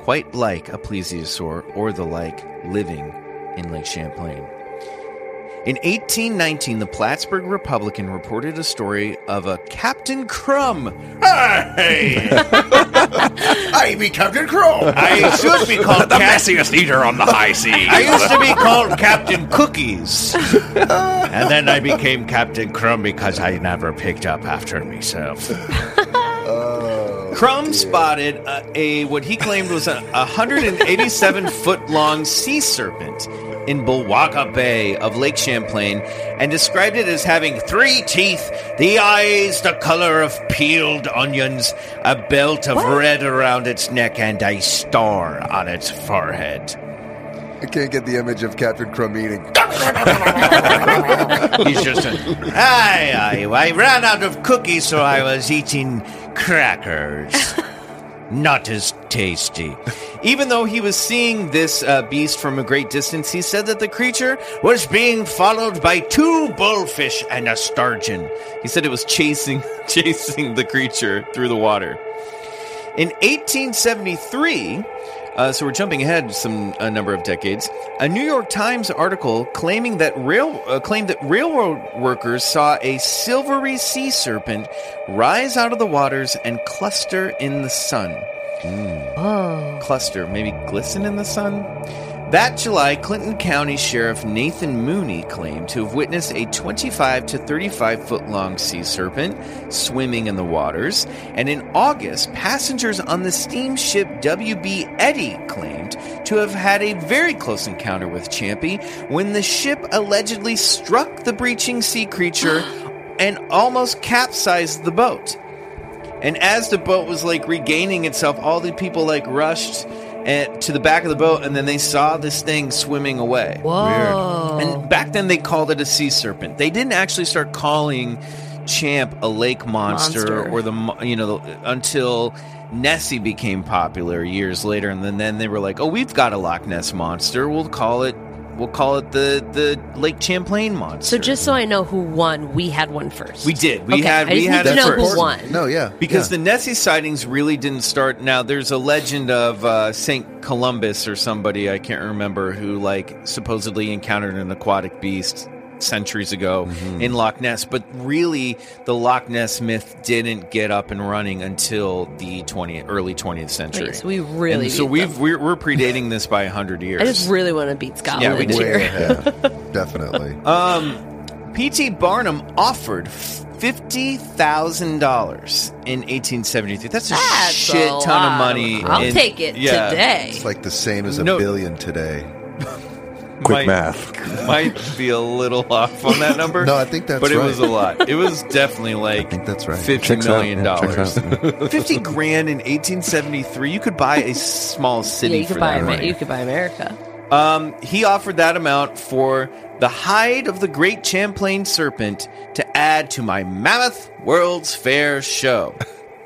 Speaker 2: quite like a plesiosaur or the like living in Lake Champlain. In 1819, the Plattsburgh Republican reported a story of a Captain Crumb. Hey!
Speaker 3: I be Captain Crow.
Speaker 2: I should be called Captain.
Speaker 1: messiest eater on the high seas.
Speaker 2: I used to be called Captain Cookies. and then I became Captain Crumb because I never picked up after myself. Crumb spotted a, a what he claimed was a 187 foot long sea serpent in Bulwaga Bay of Lake Champlain and described it as having three teeth, the eyes the color of peeled onions, a belt of red around its neck, and a star on its forehead.
Speaker 3: I can't get the image of Captain Crumb eating.
Speaker 2: He's just a, I, I, I ran out of cookies, so I was eating crackers. Not as tasty. Even though he was seeing this uh, beast from a great distance, he said that the creature was being followed by two bullfish and a sturgeon. He said it was chasing, chasing the creature through the water. In 1873, uh, so we're jumping ahead some a number of decades. A New York Times article claiming that rail uh, claimed that railroad workers saw a silvery sea serpent rise out of the waters and cluster in the sun. Cluster, maybe glisten in the sun. That July, Clinton County Sheriff Nathan Mooney claimed to have witnessed a 25 to 35 foot long sea serpent swimming in the waters. And in August, passengers on the steamship WB Eddy claimed to have had a very close encounter with Champy when the ship allegedly struck the breaching sea creature and almost capsized the boat. And as the boat was like regaining itself, all the people like rushed eh, to the back of the boat, and then they saw this thing swimming away.
Speaker 5: Whoa.
Speaker 2: And back then they called it a sea serpent. They didn't actually start calling Champ a lake monster,
Speaker 5: Monster.
Speaker 2: or the mo- you know until Nessie became popular years later, and then then they were like, oh, we've got a Loch Ness monster. We'll call it we'll call it the the Lake Champlain monster.
Speaker 5: So just so I know who won, we had one first.
Speaker 2: we did we
Speaker 5: Okay,
Speaker 2: had
Speaker 5: I
Speaker 2: we
Speaker 5: just
Speaker 2: had
Speaker 5: need
Speaker 2: it
Speaker 5: to know
Speaker 2: first.
Speaker 5: who won.
Speaker 3: No, yeah.
Speaker 2: Because
Speaker 3: yeah.
Speaker 2: the Nessie sightings really didn't start. Now, there's a legend of uh, St. Columbus or somebody, I can't remember, who like supposedly encountered an aquatic beast centuries ago in Loch Ness. But really, the Loch Ness myth didn't get up and running until the 20th, early 20th century.
Speaker 5: Wait, so we really
Speaker 2: And so
Speaker 5: beat
Speaker 2: we've,
Speaker 5: them.
Speaker 2: we're, we're predating this by 100 years.
Speaker 5: I just really want to beat Scotland
Speaker 2: Yeah, we did.
Speaker 5: here.
Speaker 3: Way ahead. Definitely.
Speaker 2: P.T. Barnum offered fifty thousand dollars in eighteen seventy three. That's a
Speaker 5: That's
Speaker 2: shit
Speaker 5: a
Speaker 2: ton of
Speaker 5: lot.
Speaker 2: money.
Speaker 5: I'll
Speaker 2: in-
Speaker 5: take it
Speaker 2: yeah.
Speaker 5: today.
Speaker 3: it's like the same as a
Speaker 2: No.
Speaker 3: billion today.
Speaker 4: Quick
Speaker 2: might,
Speaker 4: math.
Speaker 2: might be a little off on that number.
Speaker 3: No, I think that's
Speaker 2: but it
Speaker 3: right.
Speaker 2: was a lot. It was definitely like
Speaker 3: think that's right.
Speaker 2: fifty
Speaker 4: Checks out.
Speaker 2: million
Speaker 4: Yeah,
Speaker 2: dollars.
Speaker 4: checks out.
Speaker 2: fifty grand in eighteen seventy three. You could buy a small city
Speaker 5: yeah, you
Speaker 2: for
Speaker 5: could buy
Speaker 2: that
Speaker 5: Amer-
Speaker 2: money.
Speaker 5: you could buy America.
Speaker 2: Um, he offered that amount for the hide of the great Champlain serpent to add to my Mammoth World's Fair show.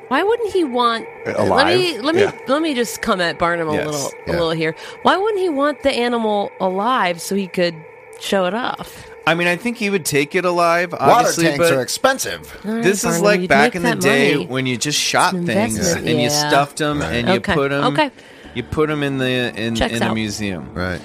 Speaker 5: Why wouldn't he want? Let me
Speaker 4: Alive?
Speaker 5: let me
Speaker 4: Yeah.
Speaker 5: let me just come at Barnum a
Speaker 2: Uh, Yes,
Speaker 5: little a
Speaker 3: yeah.
Speaker 5: little here. Why wouldn't he want the animal alive so he could show it off?
Speaker 2: I mean, I think he would take it alive, obviously, but
Speaker 3: expensive.
Speaker 5: All right,
Speaker 2: this is
Speaker 5: Barnum,
Speaker 2: like
Speaker 5: you'd
Speaker 2: back
Speaker 5: make
Speaker 2: in the
Speaker 5: that
Speaker 2: day
Speaker 5: money.
Speaker 2: when you just shot
Speaker 5: an
Speaker 2: things
Speaker 5: investment,
Speaker 2: and you
Speaker 5: yeah.
Speaker 2: stuffed them and you
Speaker 5: Okay,
Speaker 2: put them.
Speaker 5: okay.
Speaker 2: You put them in the in,
Speaker 5: Checks
Speaker 2: in the
Speaker 5: out.
Speaker 2: museum.
Speaker 3: Right.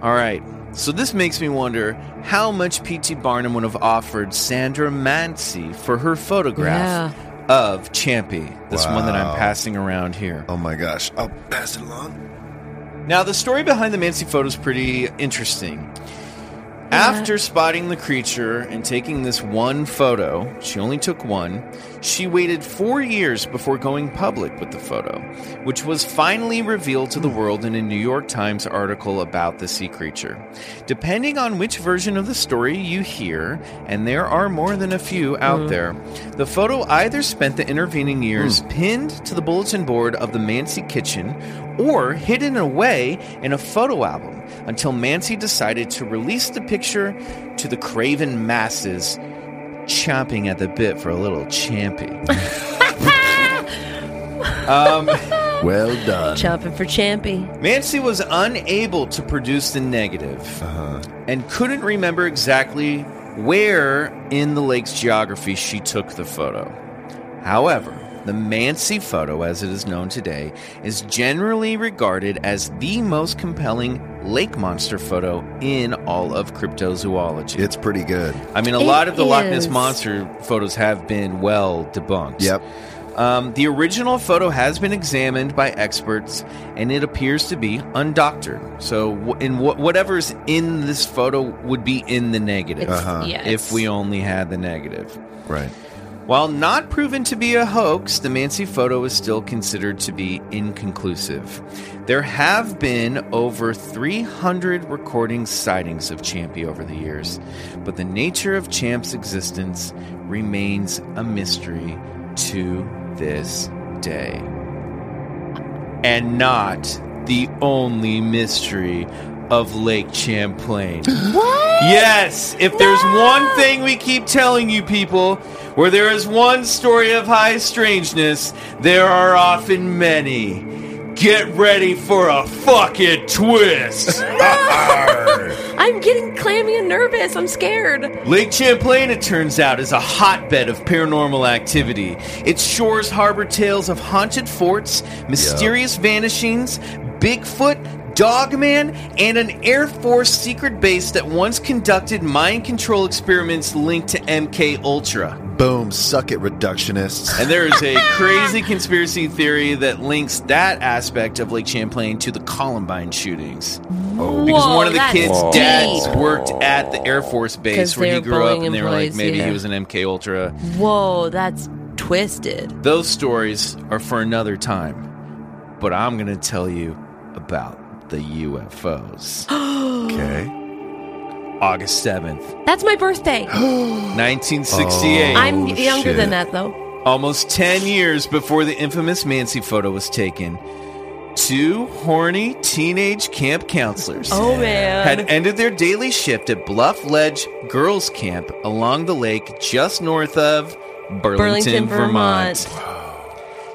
Speaker 2: All right. So this makes me wonder how much P.T. Barnum would have offered Sandra Mancy for her photograph of Champy, this one that I'm passing around here.
Speaker 3: Oh my gosh. I'll pass it along.
Speaker 2: Now, the story behind the Mancy photo is pretty interesting. After spotting the creature and taking this one photo, she only took one, she waited four years before going public with the photo, which was finally revealed to the world in a New York Times article about the sea creature. Depending on which version of the story you hear, and there are more than a few out there, the photo either spent the intervening years pinned to the bulletin board of the Mancy kitchen or hidden away in a photo album until Mancy decided to release the picture to the craven masses, chomping at the bit for a little champy.
Speaker 3: Well done.
Speaker 5: Chomping for Champy.
Speaker 2: Mancy was unable to produce the negative
Speaker 3: Uh-huh.
Speaker 2: and couldn't remember exactly where in the lake's geography she took the photo. However, the Mancy photo, as it is known today, is generally regarded as the most compelling lake monster photo in all of cryptozoology.
Speaker 3: It's pretty good.
Speaker 2: I mean, a
Speaker 5: It
Speaker 2: lot of the Loch Ness
Speaker 5: is.
Speaker 2: Monster photos have been well debunked.
Speaker 3: Yep.
Speaker 2: Um, the original photo has been examined by experts, and it appears to be undoctored. So, w- in wh- whatever's in this photo would be in the negative.
Speaker 5: It's- Uh-huh. yeah,
Speaker 2: if
Speaker 5: it's-
Speaker 2: we only had the negative.
Speaker 3: Right.
Speaker 2: While not proven to be a hoax, the Mancy photo is still considered to be inconclusive. There have been over 300 recording sightings of Champy over the years, but the nature of Champ's existence remains a mystery to this day. And not the only mystery of Lake Champlain. Yes, if there's one thing we keep telling you people, where there is one story of high strangeness, there are often many. Get ready for a fucking twist.
Speaker 5: I'm getting clammy and nervous. I'm scared.
Speaker 2: Lake Champlain, it turns out, is a hotbed of paranormal activity. Its shores harbor tales of haunted forts, mysterious vanishings, Bigfoot, Dogman, and an Air Force secret base that once conducted mind control experiments linked to MK Ultra.
Speaker 3: Boom. Suck it, reductionists.
Speaker 2: And there is a crazy conspiracy theory that links that aspect of Lake Champlain to the Columbine shootings. Oh, Because one of the
Speaker 5: that's
Speaker 2: kids'
Speaker 5: deep.
Speaker 2: dads worked at the Air Force base
Speaker 5: 'Cause
Speaker 2: where he
Speaker 5: they're
Speaker 2: grew up,
Speaker 5: bullying
Speaker 2: and they were like,
Speaker 5: employees,
Speaker 2: maybe
Speaker 5: yeah.
Speaker 2: he was an MK Ultra.
Speaker 5: Whoa, that's twisted.
Speaker 2: Those stories are for another time, but I'm going to tell you about the UFOs.
Speaker 3: okay.
Speaker 2: August 7th,
Speaker 5: That's my birthday.
Speaker 2: Oh, 1968.
Speaker 5: I'm younger
Speaker 3: shit.
Speaker 5: than that though.
Speaker 2: Almost 10 years before the infamous Mancy photo was taken, two horny teenage camp counselors
Speaker 5: Oh man.
Speaker 2: had ended their daily shift at Bluff Ledge Girls Camp along the lake just north of Burlington,
Speaker 5: Burlington, Vermont.
Speaker 2: Vermont.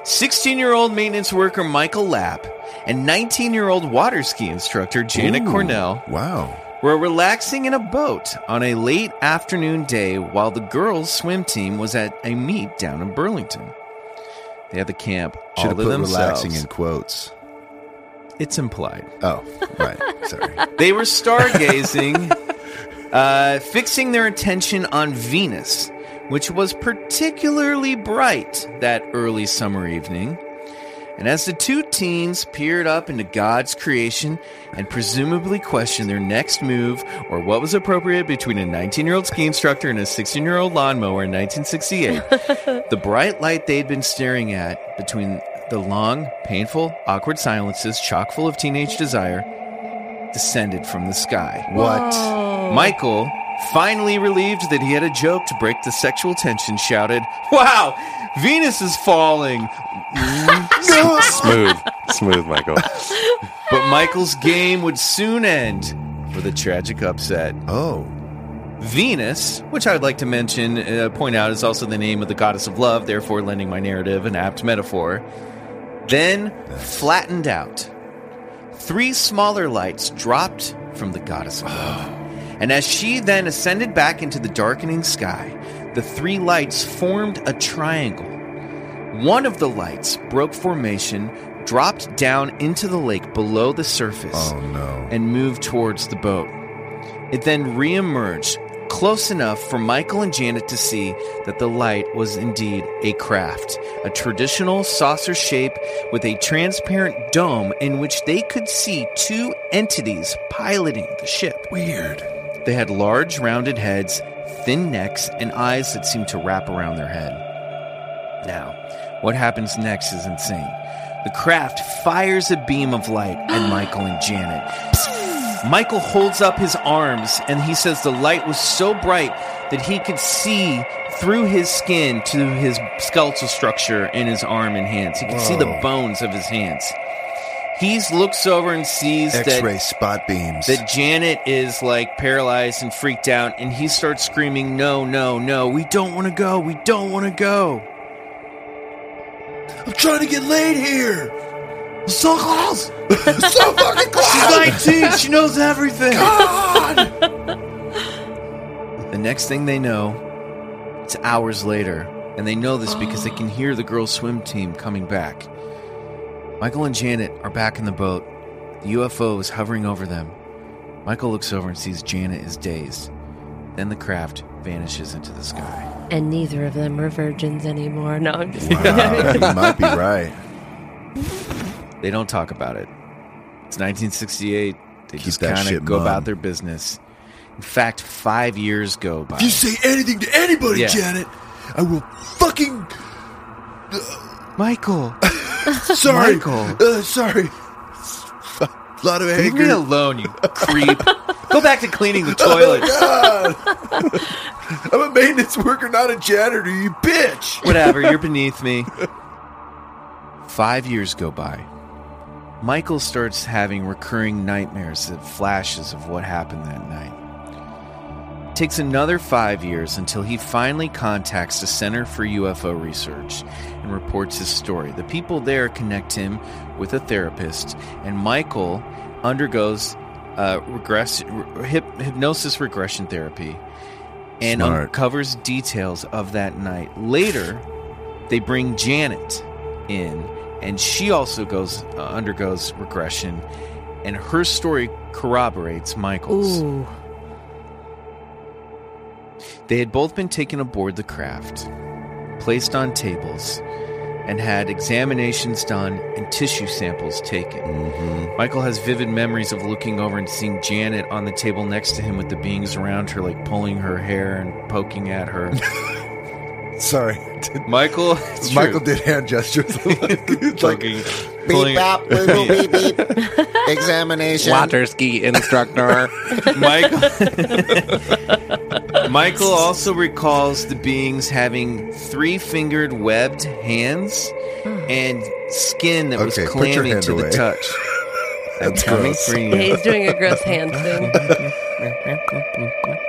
Speaker 2: 16 year old maintenance worker Michael Lapp and 19 year old water ski instructor Janet
Speaker 3: Ooh.
Speaker 2: Cornell
Speaker 3: Wow.
Speaker 2: were relaxing in a boat on a late afternoon day while the girls' swim team was at a meet down in Burlington. They had the camp all
Speaker 3: Should
Speaker 2: to
Speaker 3: have put
Speaker 2: themselves.
Speaker 3: relaxing in quotes.
Speaker 2: It's implied.
Speaker 3: Oh, right. Sorry.
Speaker 2: They were stargazing, uh, fixing their attention on Venus, which was particularly bright that early summer evening. And as the two teens peered up into God's creation and presumably questioned their next move or what was appropriate between a 19 year old ski instructor and a 16 year old lawnmower in 1968, the bright light they'd been staring at between the long, painful, awkward silences chock full of teenage desire descended from the sky.
Speaker 3: What?
Speaker 2: Michael, finally relieved that he had a joke to break the sexual tension, shouted, Wow, Venus is falling!
Speaker 4: Smooth. smooth, Michael.
Speaker 2: But Michael's game would soon end with a tragic upset.
Speaker 3: Oh,
Speaker 2: Venus, which I would like to mention, uh, point out, is also the name of the goddess of love, therefore lending my narrative an apt metaphor, then flattened out. Three smaller lights dropped from the goddess of love. And as she then ascended back into the darkening sky, the three lights formed a triangle. One of the lights broke formation, dropped down into the lake below the surface,
Speaker 3: oh no.
Speaker 2: and moved towards the boat. It then reemerged close enough for Michael and Janet to see that the light was indeed a craft, a traditional saucer shape with a transparent dome in which they could see two entities piloting the ship.
Speaker 3: Weird.
Speaker 2: They had large rounded heads, thin necks, and eyes that seemed to wrap around their head. Now, what happens next is insane. The craft fires a beam of light at Michael and Janet. Michael holds up his arms and he says the light was so bright that he could see through his skin to his skeletal structure in his arm and hands. He could see the bones of his hands. He looks over and sees that
Speaker 3: X-ray spot beams.
Speaker 2: that Janet is like paralyzed and freaked out, and he starts screaming, No, no, no, we don't want to go, we don't want to go.
Speaker 1: I'm trying to get laid here. So close.
Speaker 3: so fucking
Speaker 2: She's
Speaker 3: close.
Speaker 2: 19, she knows everything. The next thing they know, it's hours later, and they know this because they can hear the girls' swim team coming back. Michael and Janet are back in the boat. The UFO is hovering over them. Michael looks over and sees Janet is dazed. Then the craft vanishes into the sky.
Speaker 5: And neither of them are virgins anymore. No, I'm just
Speaker 3: Wow, Uh, you might be right.
Speaker 2: They don't talk about it. It's 1968. They just
Speaker 3: that
Speaker 2: kind of
Speaker 3: shit
Speaker 2: go
Speaker 3: mum.
Speaker 2: about their business. In fact, five years go by.
Speaker 1: If you say anything to anybody,
Speaker 2: Yeah.
Speaker 1: Janet, I will fucking.
Speaker 2: Michael,
Speaker 1: Sorry,
Speaker 2: Michael.
Speaker 1: Uh, sorry. A lot of
Speaker 2: leave me
Speaker 1: anger.
Speaker 2: alone, you creep. go back to cleaning the
Speaker 3: Oh,
Speaker 2: toilet.
Speaker 1: I'm a maintenance worker, not a janitor. You bitch.
Speaker 2: Whatever, you're beneath me. Five years go by. Michael starts having recurring nightmares that flashes of what happened that night. Takes another five years until he finally contacts the Center for UFO Research and reports his story. The people there connect him with a therapist, and Michael undergoes uh, regress, re- hyp- hypnosis regression therapy and
Speaker 3: Smart.
Speaker 2: uncovers details of that night. Later, they bring Janet in, and she also goes uh, undergoes regression, and her story corroborates Michael's.
Speaker 5: Ooh.
Speaker 2: They had both been taken aboard the craft, placed on tables, and had examinations done and tissue samples taken.
Speaker 3: Mm-hmm.
Speaker 2: Michael has vivid memories of looking over and seeing Janet on the table next to him with the beings around her, like pulling her hair and poking at her.
Speaker 3: Sorry. Did-
Speaker 2: Michael, it's true.
Speaker 3: Michael did hand gestures. It's like,
Speaker 2: Poking- pulling-
Speaker 3: boop, beep, beep. Examination.
Speaker 4: ski instructor.
Speaker 2: Michael Michael also recalls the beings having three-fingered webbed hands and skin that
Speaker 3: Okay,
Speaker 2: was
Speaker 3: put your
Speaker 2: clammy
Speaker 3: hand
Speaker 2: to
Speaker 3: away.
Speaker 2: the touch. I'm
Speaker 3: That's
Speaker 2: coming
Speaker 3: gross.
Speaker 2: for you.
Speaker 5: Yeah, he's doing a gross hand thing.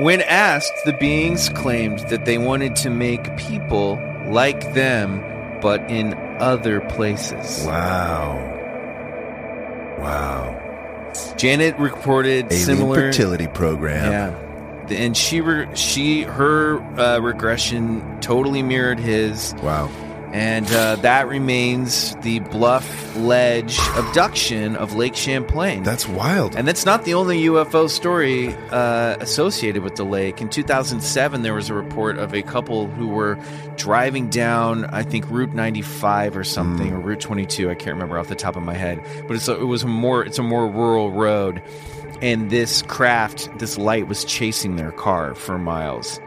Speaker 2: When asked, the beings claimed that they wanted to make people like them, but in other places.
Speaker 3: Wow. Wow.
Speaker 2: Janet reported
Speaker 3: Alien
Speaker 2: similar.
Speaker 3: fertility program.
Speaker 2: Yeah. The- And she, re- she, her uh, regression totally mirrored his.
Speaker 3: Wow.
Speaker 2: And uh, that remains the Bluff Ledge abduction of Lake Champlain.
Speaker 3: That's wild.
Speaker 2: and that's not the only UFO story uh, associated with the lake. In 2007, there was a report of a couple who were driving down, I think, Route 95 or something, or Route 22. I can't remember off the top of my head, but it's a, it was a more it's a more rural road, and this craft, this light, was chasing their car for miles.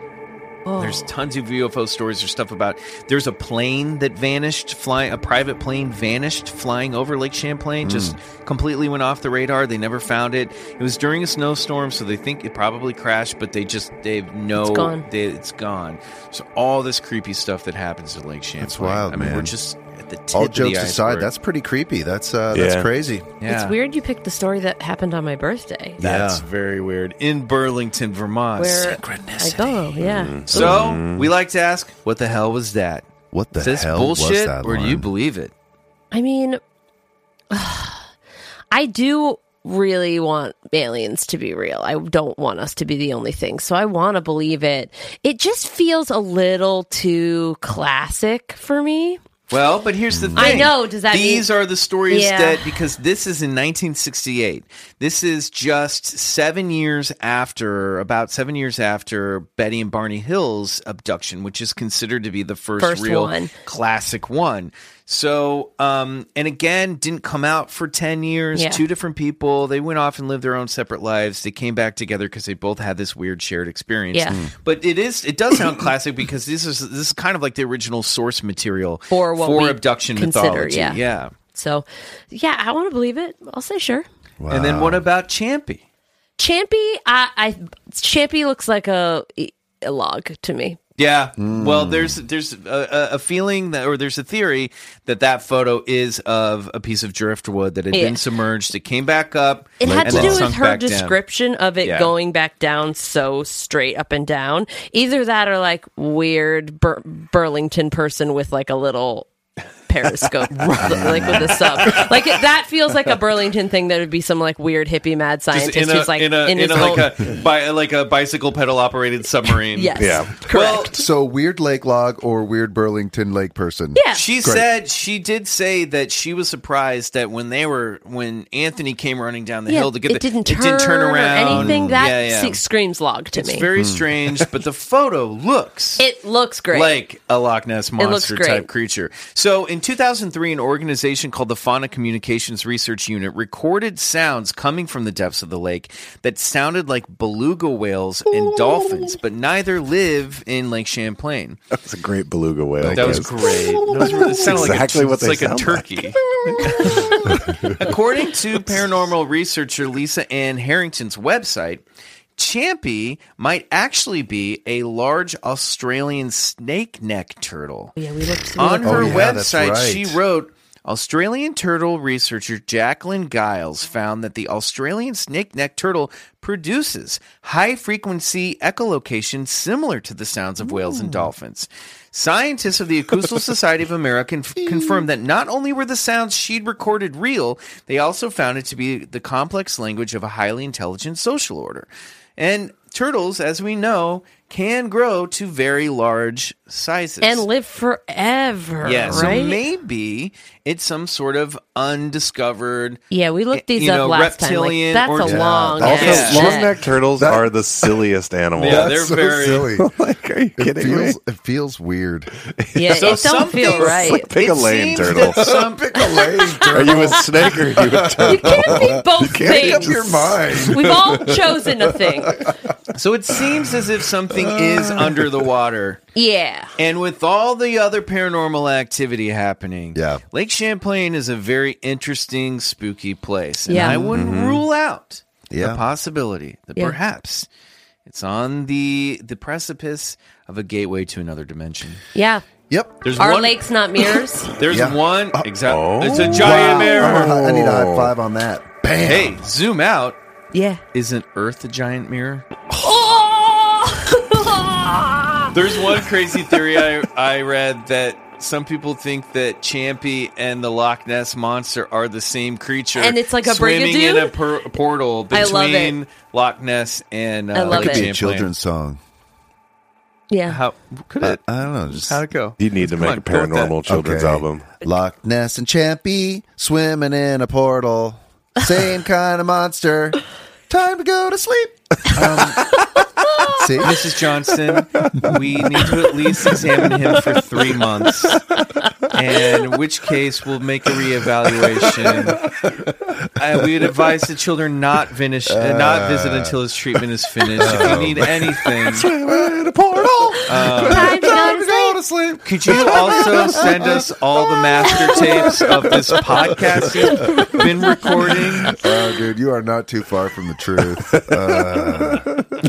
Speaker 5: Oh.
Speaker 2: There's tons of UFO stories. There's stuff about there's a plane that vanished, flying a private plane vanished flying over Lake Champlain, just
Speaker 3: Hmm.
Speaker 2: completely went off the radar. They never found it. It was during a snowstorm, so they think it probably crashed, but they just they've no
Speaker 5: It's gone.
Speaker 2: They, it's gone. So all this creepy stuff that happens at Lake Champlain.
Speaker 3: wild,
Speaker 2: I mean, we're
Speaker 3: man.
Speaker 2: just at the tip
Speaker 3: All
Speaker 2: of the
Speaker 3: jokes aside,
Speaker 2: iceberg.
Speaker 3: that's pretty creepy. That's uh, that's
Speaker 4: Yeah.
Speaker 3: crazy.
Speaker 2: Yeah.
Speaker 5: It's weird you picked the story that happened on my birthday.
Speaker 2: That's
Speaker 3: Yeah.
Speaker 2: very weird. In Burlington, Vermont.
Speaker 5: Where I go, yeah.
Speaker 2: Mm. So we like to ask, what the hell was that?
Speaker 3: What the
Speaker 2: Is this
Speaker 3: hell
Speaker 2: bullshit,
Speaker 3: was that?
Speaker 2: or do you
Speaker 3: line?
Speaker 2: believe it?
Speaker 5: I mean, I do really want aliens to be real. I don't want us to be the only thing. So I want to believe it. It just feels a little too classic for me.
Speaker 2: Well, but here's the thing.
Speaker 5: I know, does that
Speaker 2: These
Speaker 5: mean-
Speaker 2: are the stories
Speaker 5: Yeah.
Speaker 2: that because this is in 1968. This is just 7 years after about 7 years after Betty and Barney Hill's abduction, which is considered to be the first,
Speaker 5: First
Speaker 2: real
Speaker 5: one.
Speaker 2: classic one. So, um and again, didn't come out for 10 years.
Speaker 5: Yeah.
Speaker 2: Two different people. They went off and lived their own separate lives. They came back together cuz they both had this weird shared experience.
Speaker 5: Yeah. Mm.
Speaker 2: But it is it does sound classic because this is this is kind of like the original source material
Speaker 5: For what we
Speaker 2: abduction
Speaker 5: consider,
Speaker 2: mythology.
Speaker 5: yeah.
Speaker 2: yeah.
Speaker 5: So, yeah, I want to believe it. I'll say sure.
Speaker 2: And then what about Champy?
Speaker 5: Champy, I, I Champy looks like a, e, a log to me.
Speaker 2: Yeah. Well, there's there's a, a- a feeling that, or there's a theory that that photo is of a piece of driftwood that had
Speaker 5: Yeah.
Speaker 2: been submerged. It came back up.
Speaker 5: It had
Speaker 2: and
Speaker 5: to
Speaker 2: then
Speaker 5: do with
Speaker 2: sunk
Speaker 5: her
Speaker 2: back down.
Speaker 5: description of it
Speaker 2: Yeah.
Speaker 5: going back down so straight up and down. Either that or like weird Bur- Burlington person with like a little periscope, like with a sub. Like it, that feels like a Burlington thing. That would be some like weird hippie mad
Speaker 2: Just
Speaker 5: scientist
Speaker 2: in a,
Speaker 5: who's like
Speaker 2: in a, in
Speaker 5: his
Speaker 2: a
Speaker 5: own.
Speaker 2: like a bi- like a bicycle pedal operated submarine.
Speaker 5: yes,
Speaker 4: Yeah.
Speaker 5: correct.
Speaker 2: Well,
Speaker 3: So weird lake log or weird Burlington lake person?
Speaker 5: yeah,
Speaker 2: She said she did say that she was surprised that when they were when Anthony came running down the
Speaker 5: Yeah,
Speaker 2: hill to get
Speaker 5: it
Speaker 2: the,
Speaker 5: didn't
Speaker 2: it
Speaker 5: turn,
Speaker 2: didn't turn
Speaker 5: or
Speaker 2: around
Speaker 5: anything. That
Speaker 2: yeah, yeah.
Speaker 5: se- screams log to
Speaker 2: it's
Speaker 5: me.
Speaker 2: very strange, but the photo looks
Speaker 5: it looks great.
Speaker 2: like a Loch Ness
Speaker 5: looks
Speaker 2: monster
Speaker 5: great.
Speaker 2: type creature. So in 2003, an organization called the Fauna Communications Research Unit recorded sounds coming from the depths of the lake that sounded like beluga whales and dolphins, but neither live in Lake Champlain.
Speaker 4: That's a great beluga whale.
Speaker 2: That was great. Those were, it sounded
Speaker 4: exactly
Speaker 2: like a,
Speaker 4: what
Speaker 2: it's
Speaker 4: they
Speaker 2: like a
Speaker 4: sound like.
Speaker 2: turkey. According to paranormal researcher Lisa Ann Harrington's website, Champy might actually be a large Australian snake neck turtle.
Speaker 5: yeah, we looked. we
Speaker 2: On
Speaker 5: looked-
Speaker 2: her
Speaker 3: Oh, yeah, that's
Speaker 2: website,
Speaker 3: right.
Speaker 2: she wrote Australian turtle researcher Jacqueline Giles found that the Australian snake neck turtle produces high frequency echolocation similar to the sounds of whales and dolphins. Scientists of the Acoustical Society of America conf- confirmed that not only were the sounds she'd recorded real, they also found it to be the complex language of a highly intelligent social order. And turtles, as we know, can grow to very large sizes
Speaker 5: and live forever.
Speaker 2: yeah,
Speaker 5: right?
Speaker 2: so maybe it's some sort of undiscovered.
Speaker 5: Yeah, we looked these
Speaker 2: you
Speaker 5: up
Speaker 2: know,
Speaker 5: last time. Like,
Speaker 2: reptilian
Speaker 5: that's
Speaker 2: or-
Speaker 5: a
Speaker 2: Yeah,
Speaker 5: long.
Speaker 4: Also,
Speaker 2: Yeah.
Speaker 5: ass
Speaker 4: long
Speaker 5: shit.
Speaker 4: neck turtles are the silliest animals.
Speaker 2: Yeah, they're
Speaker 3: so
Speaker 2: very-
Speaker 3: silly.
Speaker 4: like, are you
Speaker 3: It
Speaker 4: kidding me?
Speaker 3: feels it feels weird.
Speaker 5: Yeah,
Speaker 2: So
Speaker 5: it don't feel
Speaker 2: something-
Speaker 5: right.
Speaker 4: Pick a
Speaker 2: It
Speaker 4: lane,
Speaker 2: seems
Speaker 4: turtle.
Speaker 2: that some-
Speaker 4: Are you a snake or are you a turtle?
Speaker 5: You can't be both
Speaker 4: can't
Speaker 3: Make
Speaker 5: things.
Speaker 3: up your mind.
Speaker 5: We've all chosen a thing.
Speaker 2: so it seems as if something is under the water.
Speaker 5: Yeah.
Speaker 2: And with all the other paranormal activity happening,
Speaker 3: Yeah.
Speaker 2: Lake Champlain is a very interesting, spooky place. And
Speaker 5: Yeah.
Speaker 2: I wouldn't rule out the
Speaker 3: Yeah.
Speaker 2: possibility that
Speaker 5: Yeah.
Speaker 2: perhaps it's on the the precipice of a gateway to another dimension.
Speaker 5: Yeah.
Speaker 3: Yep.
Speaker 2: There's
Speaker 5: Our
Speaker 2: one
Speaker 5: lake's not mirrors.
Speaker 2: there's
Speaker 3: Yeah.
Speaker 2: one exactly
Speaker 4: oh.
Speaker 2: it's a giant mirror.
Speaker 3: I need a high five on that. Bam.
Speaker 2: Hey, zoom out.
Speaker 5: Yeah.
Speaker 2: Isn't Earth a giant mirror?
Speaker 5: Oh!
Speaker 2: There's one crazy theory I, I read that some people think that Champy and the Loch Ness monster are the same creature,
Speaker 5: And it's like a
Speaker 2: swimming in
Speaker 5: brigadoon?
Speaker 2: a por- portal
Speaker 5: I love it.
Speaker 2: between Loch Ness and uh,
Speaker 5: I love
Speaker 2: Lake
Speaker 5: it.
Speaker 3: Could be
Speaker 2: Champlain.
Speaker 3: a children's song.
Speaker 5: Yeah.
Speaker 2: How could it?
Speaker 3: I don't know. Just
Speaker 2: How'd it go?
Speaker 4: You need to
Speaker 2: Come
Speaker 4: make
Speaker 2: on,
Speaker 4: a
Speaker 2: go with that.
Speaker 4: paranormal children's
Speaker 3: Okay.
Speaker 4: album.
Speaker 3: Loch Ness and Champy swimming in a portal. Same kind of monster. Time to go to sleep. Um, see,
Speaker 2: Mrs. Johnson, we need to at least examine him for three months, and in which case we'll make a reevaluation. Uh, we would advise the children not finish, uh, not visit until his treatment is finished. if you need anything,
Speaker 3: in a portal.
Speaker 5: Time to go to sleep.
Speaker 3: to sleep.
Speaker 2: could you also send us all the master tapes of this podcast you've been recording?
Speaker 3: Oh, dude, you are not too far from the truth.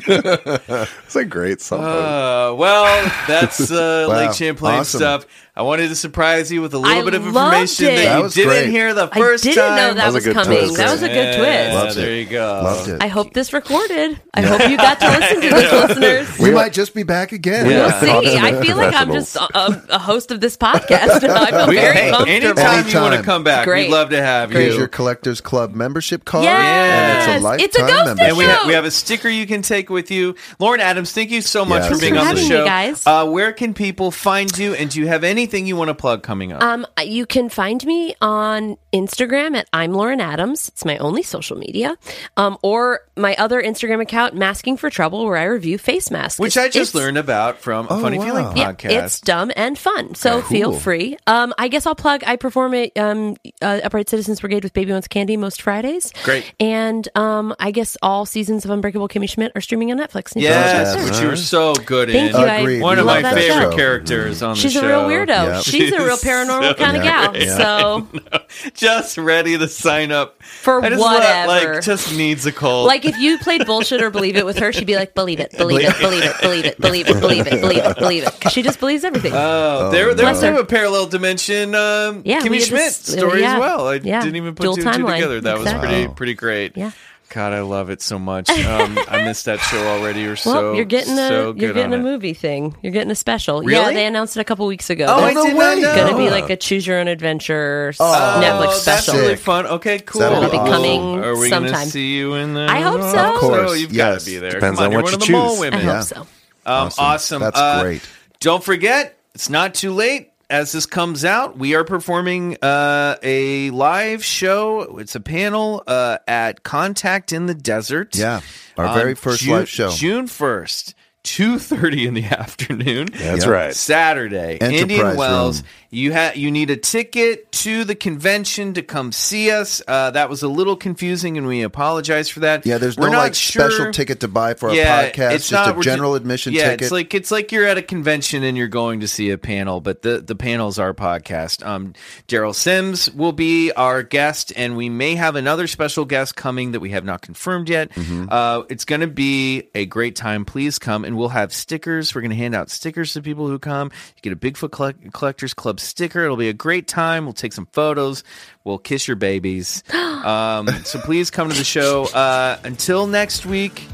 Speaker 4: It's a great song.
Speaker 3: Oh,
Speaker 2: Uh, well, that's uh,
Speaker 3: Wow.
Speaker 2: Lake Champlain
Speaker 3: Awesome.
Speaker 2: stuff. I wanted to surprise you with a little
Speaker 5: I
Speaker 2: bit of
Speaker 5: loved
Speaker 2: information
Speaker 5: it.
Speaker 2: that
Speaker 3: That
Speaker 2: you
Speaker 3: was
Speaker 2: didn't
Speaker 3: great.
Speaker 2: hear the
Speaker 5: I
Speaker 2: first
Speaker 5: didn't
Speaker 2: time.
Speaker 5: know that,
Speaker 4: was a
Speaker 5: was,
Speaker 4: good
Speaker 5: coming.
Speaker 4: twist.
Speaker 5: That was a good
Speaker 2: Yeah,
Speaker 5: twist.
Speaker 3: Loved
Speaker 2: there
Speaker 3: it.
Speaker 2: you go.
Speaker 3: Loved it.
Speaker 5: I hope this recorded. I hope you got to listen to this, listeners.
Speaker 3: we might just be back again.
Speaker 2: Yeah.
Speaker 5: We'll see. I feel like I'm just a, a- a host of this podcast. I feel
Speaker 2: We,
Speaker 5: very
Speaker 2: hey,
Speaker 5: comfortable.
Speaker 2: anytime, you
Speaker 3: Anytime.
Speaker 2: want to come back,
Speaker 5: Great.
Speaker 2: we'd love to have
Speaker 3: Here's
Speaker 2: you.
Speaker 3: your collector's club membership card.
Speaker 5: Yes.
Speaker 3: and
Speaker 5: It's
Speaker 3: it's
Speaker 5: a
Speaker 3: a lifetime
Speaker 5: ghost
Speaker 3: membership.
Speaker 2: and we, ha-
Speaker 5: show.
Speaker 2: we have a sticker you can take with you. Lauren Adams, thank you so much
Speaker 3: Yes,
Speaker 2: for being
Speaker 3: thanks
Speaker 2: on
Speaker 3: for
Speaker 2: the
Speaker 3: having
Speaker 2: show.
Speaker 5: me, guys.
Speaker 2: Uh, where can people find you? And do you have anything you want to plug coming up?
Speaker 5: Um, you can find me on Instagram at I'm Lauren Adams. It's my only social media, um, or my other Instagram account, Masking for Trouble, where I review face masks,
Speaker 2: which I just
Speaker 5: It's-
Speaker 2: learned about from a Funny
Speaker 3: Oh, wow.
Speaker 2: Feeling
Speaker 5: Yeah,
Speaker 2: podcast.
Speaker 5: it's dumb and fun, so feel
Speaker 3: Cool.
Speaker 5: free. Um, I guess I'll plug. I perform at um, uh, Upright Citizens Brigade with Baby Wants Candy most Fridays.
Speaker 2: Great.
Speaker 5: and um, I guess all seasons of Unbreakable Kimmy Schmidt are streaming on Netflix. You can
Speaker 2: yes,
Speaker 5: watch those.
Speaker 2: which you were so good
Speaker 5: Thank
Speaker 2: in.
Speaker 5: you. I
Speaker 3: Agreed.
Speaker 2: One of
Speaker 5: love
Speaker 2: my
Speaker 5: that
Speaker 2: favorite
Speaker 5: show.
Speaker 2: characters on
Speaker 5: She's
Speaker 2: the
Speaker 5: a
Speaker 2: show.
Speaker 5: real weirdo.
Speaker 3: Yep.
Speaker 5: She's a real
Speaker 2: She's so
Speaker 5: paranormal kind of gal.
Speaker 2: great.
Speaker 5: So
Speaker 2: Just ready to sign up
Speaker 5: For
Speaker 2: I just love-
Speaker 5: whatever.
Speaker 2: like, just needs a call.
Speaker 5: Like if you played bullshit or believe it with her, she'd be like, believe it, believe it, believe it, believe it, believe it, believe it, believe it, believe it. 'Cause she just believes everything.
Speaker 2: Oh, there, there
Speaker 5: no.
Speaker 2: was kind of a parallel dimension. Um,
Speaker 5: Yeah, we
Speaker 2: Kimmy
Speaker 5: had
Speaker 2: Schmidt
Speaker 5: this- uh,
Speaker 2: story
Speaker 5: yeah,
Speaker 2: as well. I
Speaker 5: yeah.
Speaker 2: didn't even put
Speaker 5: Dual
Speaker 2: two and two
Speaker 5: timeline,
Speaker 2: together. That
Speaker 5: exactly.
Speaker 2: was pretty
Speaker 3: Wow.
Speaker 2: pretty great.
Speaker 5: Yeah.
Speaker 2: God, I love it so much. Um, I missed that show already. Or
Speaker 5: well,
Speaker 2: so
Speaker 5: you're getting a
Speaker 2: so
Speaker 5: you're
Speaker 2: good
Speaker 5: getting a
Speaker 2: on it.
Speaker 5: movie thing. You're getting a special. Yeah,
Speaker 2: Really?
Speaker 5: they announced it a couple weeks ago.
Speaker 2: Oh, I
Speaker 5: it's
Speaker 3: no
Speaker 2: did
Speaker 3: way.
Speaker 2: not know.
Speaker 5: gonna be like a choose your own adventure Netflix
Speaker 2: Oh, that's
Speaker 5: special.
Speaker 2: really fun. Okay, cool.
Speaker 3: That'll
Speaker 5: be
Speaker 2: Cool.
Speaker 5: coming
Speaker 2: Are we
Speaker 5: sometime.
Speaker 2: gonna see you in there? Oh,
Speaker 5: I hope so. Of
Speaker 3: course,
Speaker 2: you've got
Speaker 3: yes.
Speaker 2: to be there.
Speaker 4: Depends
Speaker 2: Come
Speaker 4: on
Speaker 2: on, you're
Speaker 4: what
Speaker 2: one
Speaker 4: you
Speaker 2: of the mole
Speaker 4: choose.
Speaker 5: I
Speaker 2: women.
Speaker 5: hope
Speaker 3: Yeah.
Speaker 5: so.
Speaker 2: Um, awesome.
Speaker 3: That's
Speaker 2: Uh,
Speaker 3: great.
Speaker 2: Don't forget, it's not too late. As this comes out, we are performing uh, a live show. It's a panel uh, at Contact in the Desert.
Speaker 3: Yeah. Our
Speaker 2: on
Speaker 3: very first
Speaker 2: Ju-
Speaker 3: live show.
Speaker 2: June first, two thirty in the afternoon.
Speaker 4: That's
Speaker 3: Yeah.
Speaker 4: right.
Speaker 2: Saturday, Indian
Speaker 3: Enterprise
Speaker 2: Wells.
Speaker 3: Room.
Speaker 2: You ha- you need a ticket to the convention to come see us. Uh, that was a little confusing, and we apologize for that.
Speaker 3: Yeah, there's
Speaker 2: We're
Speaker 3: no
Speaker 2: not
Speaker 3: like
Speaker 2: sure-
Speaker 3: special ticket to buy for our podcast. Just a
Speaker 2: we're
Speaker 3: general
Speaker 2: ju-
Speaker 3: admission
Speaker 2: yeah,
Speaker 3: ticket.
Speaker 2: it's like it's like you're at a convention and you're going to see a panel, but the the panel's our podcast. Um, Daryl Sims will be our guest, and we may have another special guest coming that we have not confirmed yet.
Speaker 3: Mm-hmm.
Speaker 2: Uh, it's going to be a great time. Please come, and we'll have stickers. We're going to hand out stickers to people who come. You get a Bigfoot Collect- Collectors Club sticker. It'll be a great time. We'll take some photos. We'll kiss your babies. Um, so please come to the show. Uh, until next week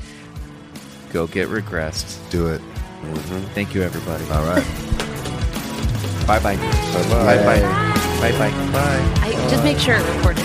Speaker 2: go get regressed.
Speaker 3: do it.
Speaker 2: Thank you, everybody.
Speaker 3: All right.
Speaker 2: Bye bye. Bye bye. Bye bye. Bye.
Speaker 5: I just make sure it recorded.